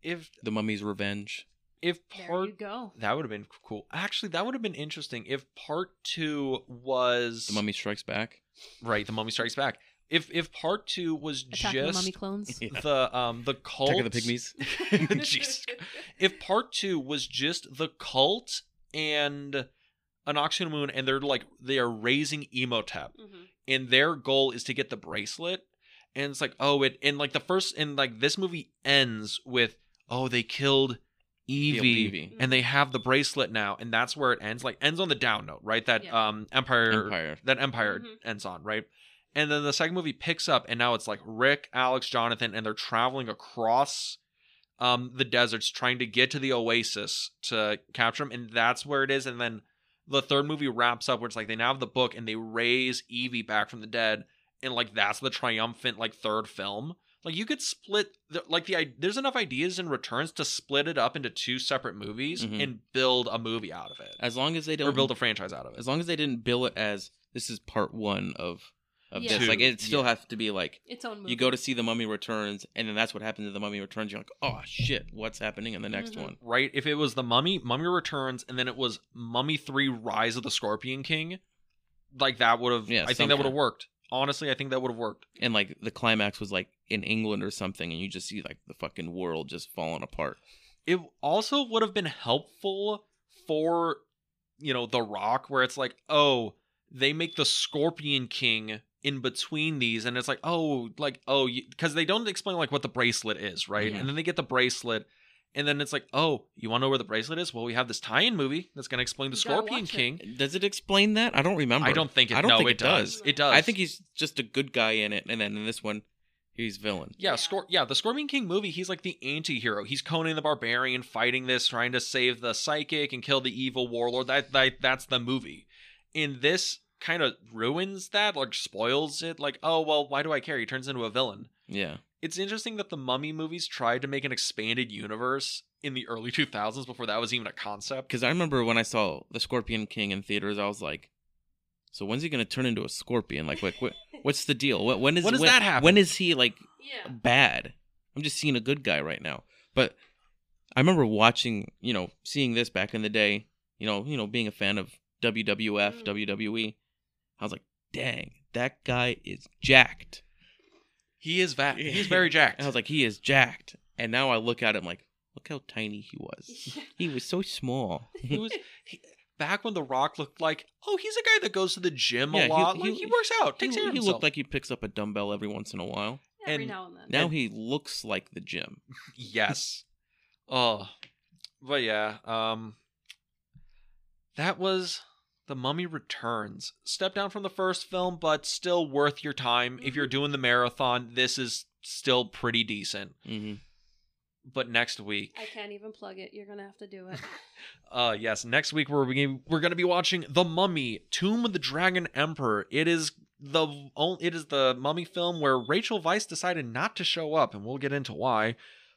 If The Mummy's Revenge. if There part you go. that would have been cool. Actually, that would have been interesting if part two was The Mummy Strikes Back. right. The Mummy Strikes Back. If if part two was Attack of the just mummy clones. Yeah. the um the cult Attack of the Pygmies. Jesus. If part two was just the cult and an Oxygen Moon, and they're like they are raising Emotep, Mhm. and their goal is to get the bracelet and it's like oh it and like the first and like this movie ends with oh they killed evie, Killed Evie. and they have the bracelet now and that's where it ends like ends on the down note right that Yeah. um empire, Empire. that empire Mhm. ends on right and then the second movie picks up and now it's like rick alex jonathan and they're traveling across um the deserts trying to get to the oasis to capture him and that's where it is and then the third movie wraps up where it's like they now have the book and they raise evie back from the dead and like that's the triumphant like third film Like you could split the, like the i- there's enough ideas and returns to split it up into two separate movies Mhm. and build a movie out of it As long as they or don't build a franchise out of it. as long as they didn't bill it as this is part one of of Yeah. this. Like Two, it still yeah. has to be like Its own movie. you go to see the Mummy Returns, and then that's what happens in the Mummy Returns. You're like, oh shit, what's happening in the next Mhm. one? right? If it was the Mummy, Mummy Returns, and then it was Mummy Three: Rise of the Scorpion King, like that would have. Yeah, I some think that would have kind. worked. Honestly, I think that would have worked. And like the climax was like in England or something, and you just see like the fucking world just falling apart. It also would have been helpful for you know The Rock, where it's like, oh, they make the Scorpion King in between these, and it's like, oh, like oh, because they don't explain like what the bracelet is, right? Yeah. And then they get the bracelet. And then it's like, oh, you want to know where the bracelet is? Well, we have this tie-in movie that's going to explain the You gotta Scorpion watch it. King. Does it explain that? I don't remember. I don't think it. I don't no, think it, it does. does. It does. I think he's just a good guy in it, and then in this one, he's villain. Yeah, Yeah. Scor- yeah, the Scorpion King movie, he's like the anti-hero. He's Conan the Barbarian fighting this, trying to save the psychic and kill the evil warlord. That, that that's the movie. And this kind of ruins that, like spoils it. Like, oh well, why do I care? He turns into a villain. Yeah, It's interesting that the Mummy movies tried to make an expanded universe in the early 2000s before that was even a concept. because I remember when I saw the Scorpion King in theaters, I was like, so when's he gonna turn into a scorpion? Like, like what? What's the deal? What? When is When does when, that happen? When is he like yeah. bad. I'm just seeing a good guy right now. But I remember watching, you know, seeing this back in the day, you know, you know, being a fan of WWF, Mm. WWE. E. I was like, dang, that guy is jacked. He is va- he's very jacked. And I was like, he is jacked. And now I look at him like, look how tiny he was. He was so small. he was he, back when The Rock looked like, oh, he's a guy that goes to the gym Yeah, a he- lot. he- like he works out, He, takes care of he himself. looked like he picks up a dumbbell every once in a while. Every and now and then. Now he looks like the gym. yes oh but yeah um that was the mummy returns step down from the first film but still worth your time if Mm-hmm. you're doing the marathon this is still pretty decent hmm but next week I can't even plug it. You're gonna have to do it. uh yes next week we're beginning- we're going to be watching the mummy tomb of the dragon emperor it is the on- it is the mummy film where rachel weisz decided not to show up and we'll get into why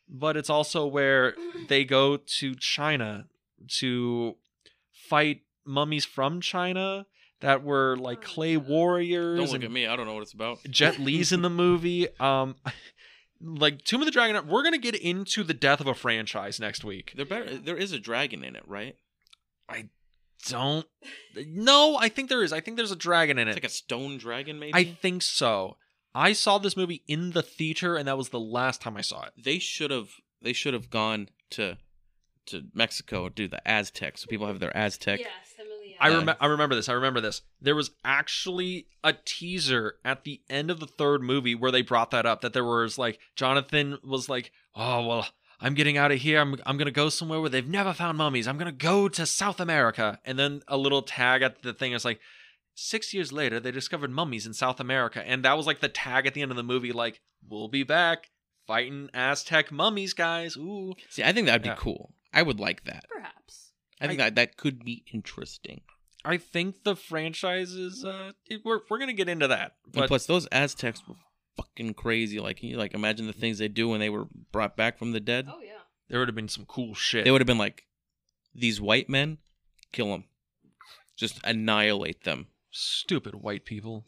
but it's also where they go to China to fight mummies from China that were like Oh, clay God. warriors. Don't look and at me. I don't know what it's about. Jet Li's in the movie. Um, like Tomb of the Dragon. We're gonna get into the death of a franchise next week. There better. There is a dragon in it, right? Don't. No, I think there is. I think there's a dragon in It's it. like a stone dragon, maybe. I think so. I saw this movie in the theater, and that was the last time I saw it. they should have they should have gone to to Mexico do the Aztec so people have their Aztec. yes, Emily. I, Yeah. rem- I remember this. I remember this. There was actually a teaser at the end of the third movie where they brought that up. That there was like Jonathan was like, "Oh well, I'm getting out of here. I'm I'm gonna go somewhere where they've never found mummies. I'm gonna go to South America." And then a little tag at the thing is like, six years later they discovered mummies in South America," and that was like the tag at the end of the movie. Like, we'll be back fighting Aztec mummies, guys. Ooh, See, I think that'd be Yeah. cool. I would like that. Perhaps. I think that that could be interesting. I think the franchise is. Uh, it, we're we're gonna get into that, and but. plus, those Aztecs were fucking crazy. Like, can you like imagine the things they do when they were brought back from the dead? Oh yeah. There would have been some cool shit. They would have been like, these white men, kill them, just annihilate them. Stupid white people.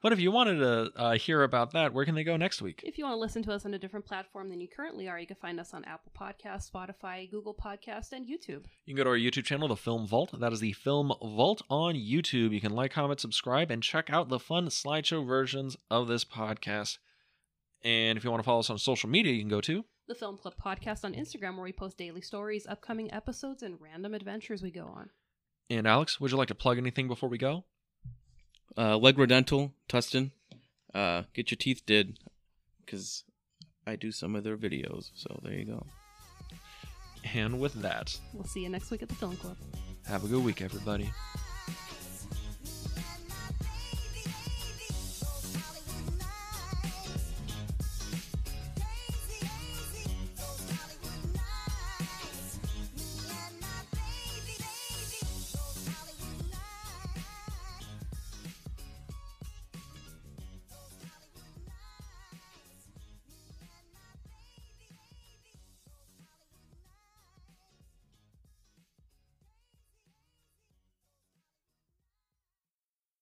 But if you wanted to uh, hear about that, where can they go next week? If you want to listen to us on a different platform than you currently are, you can find us on Apple Podcasts, Spotify, Google Podcasts, and YouTube. You can go to our YouTube channel, The Film Vault. That is The Film Vault on YouTube. You can like, comment, subscribe, and check out the fun slideshow versions of this podcast. And if you want to follow us on social media, you can go to. The Film Club Podcast on Instagram, where we post daily stories, upcoming episodes, and random adventures we go on. And Alex, would you like to plug anything before we go? uh, Legro Dental, Tustin, uh, get your teeth did, because I do some of their videos. So there you go. And with that, We'll see you next week at the Film Club. have a good week, everybody.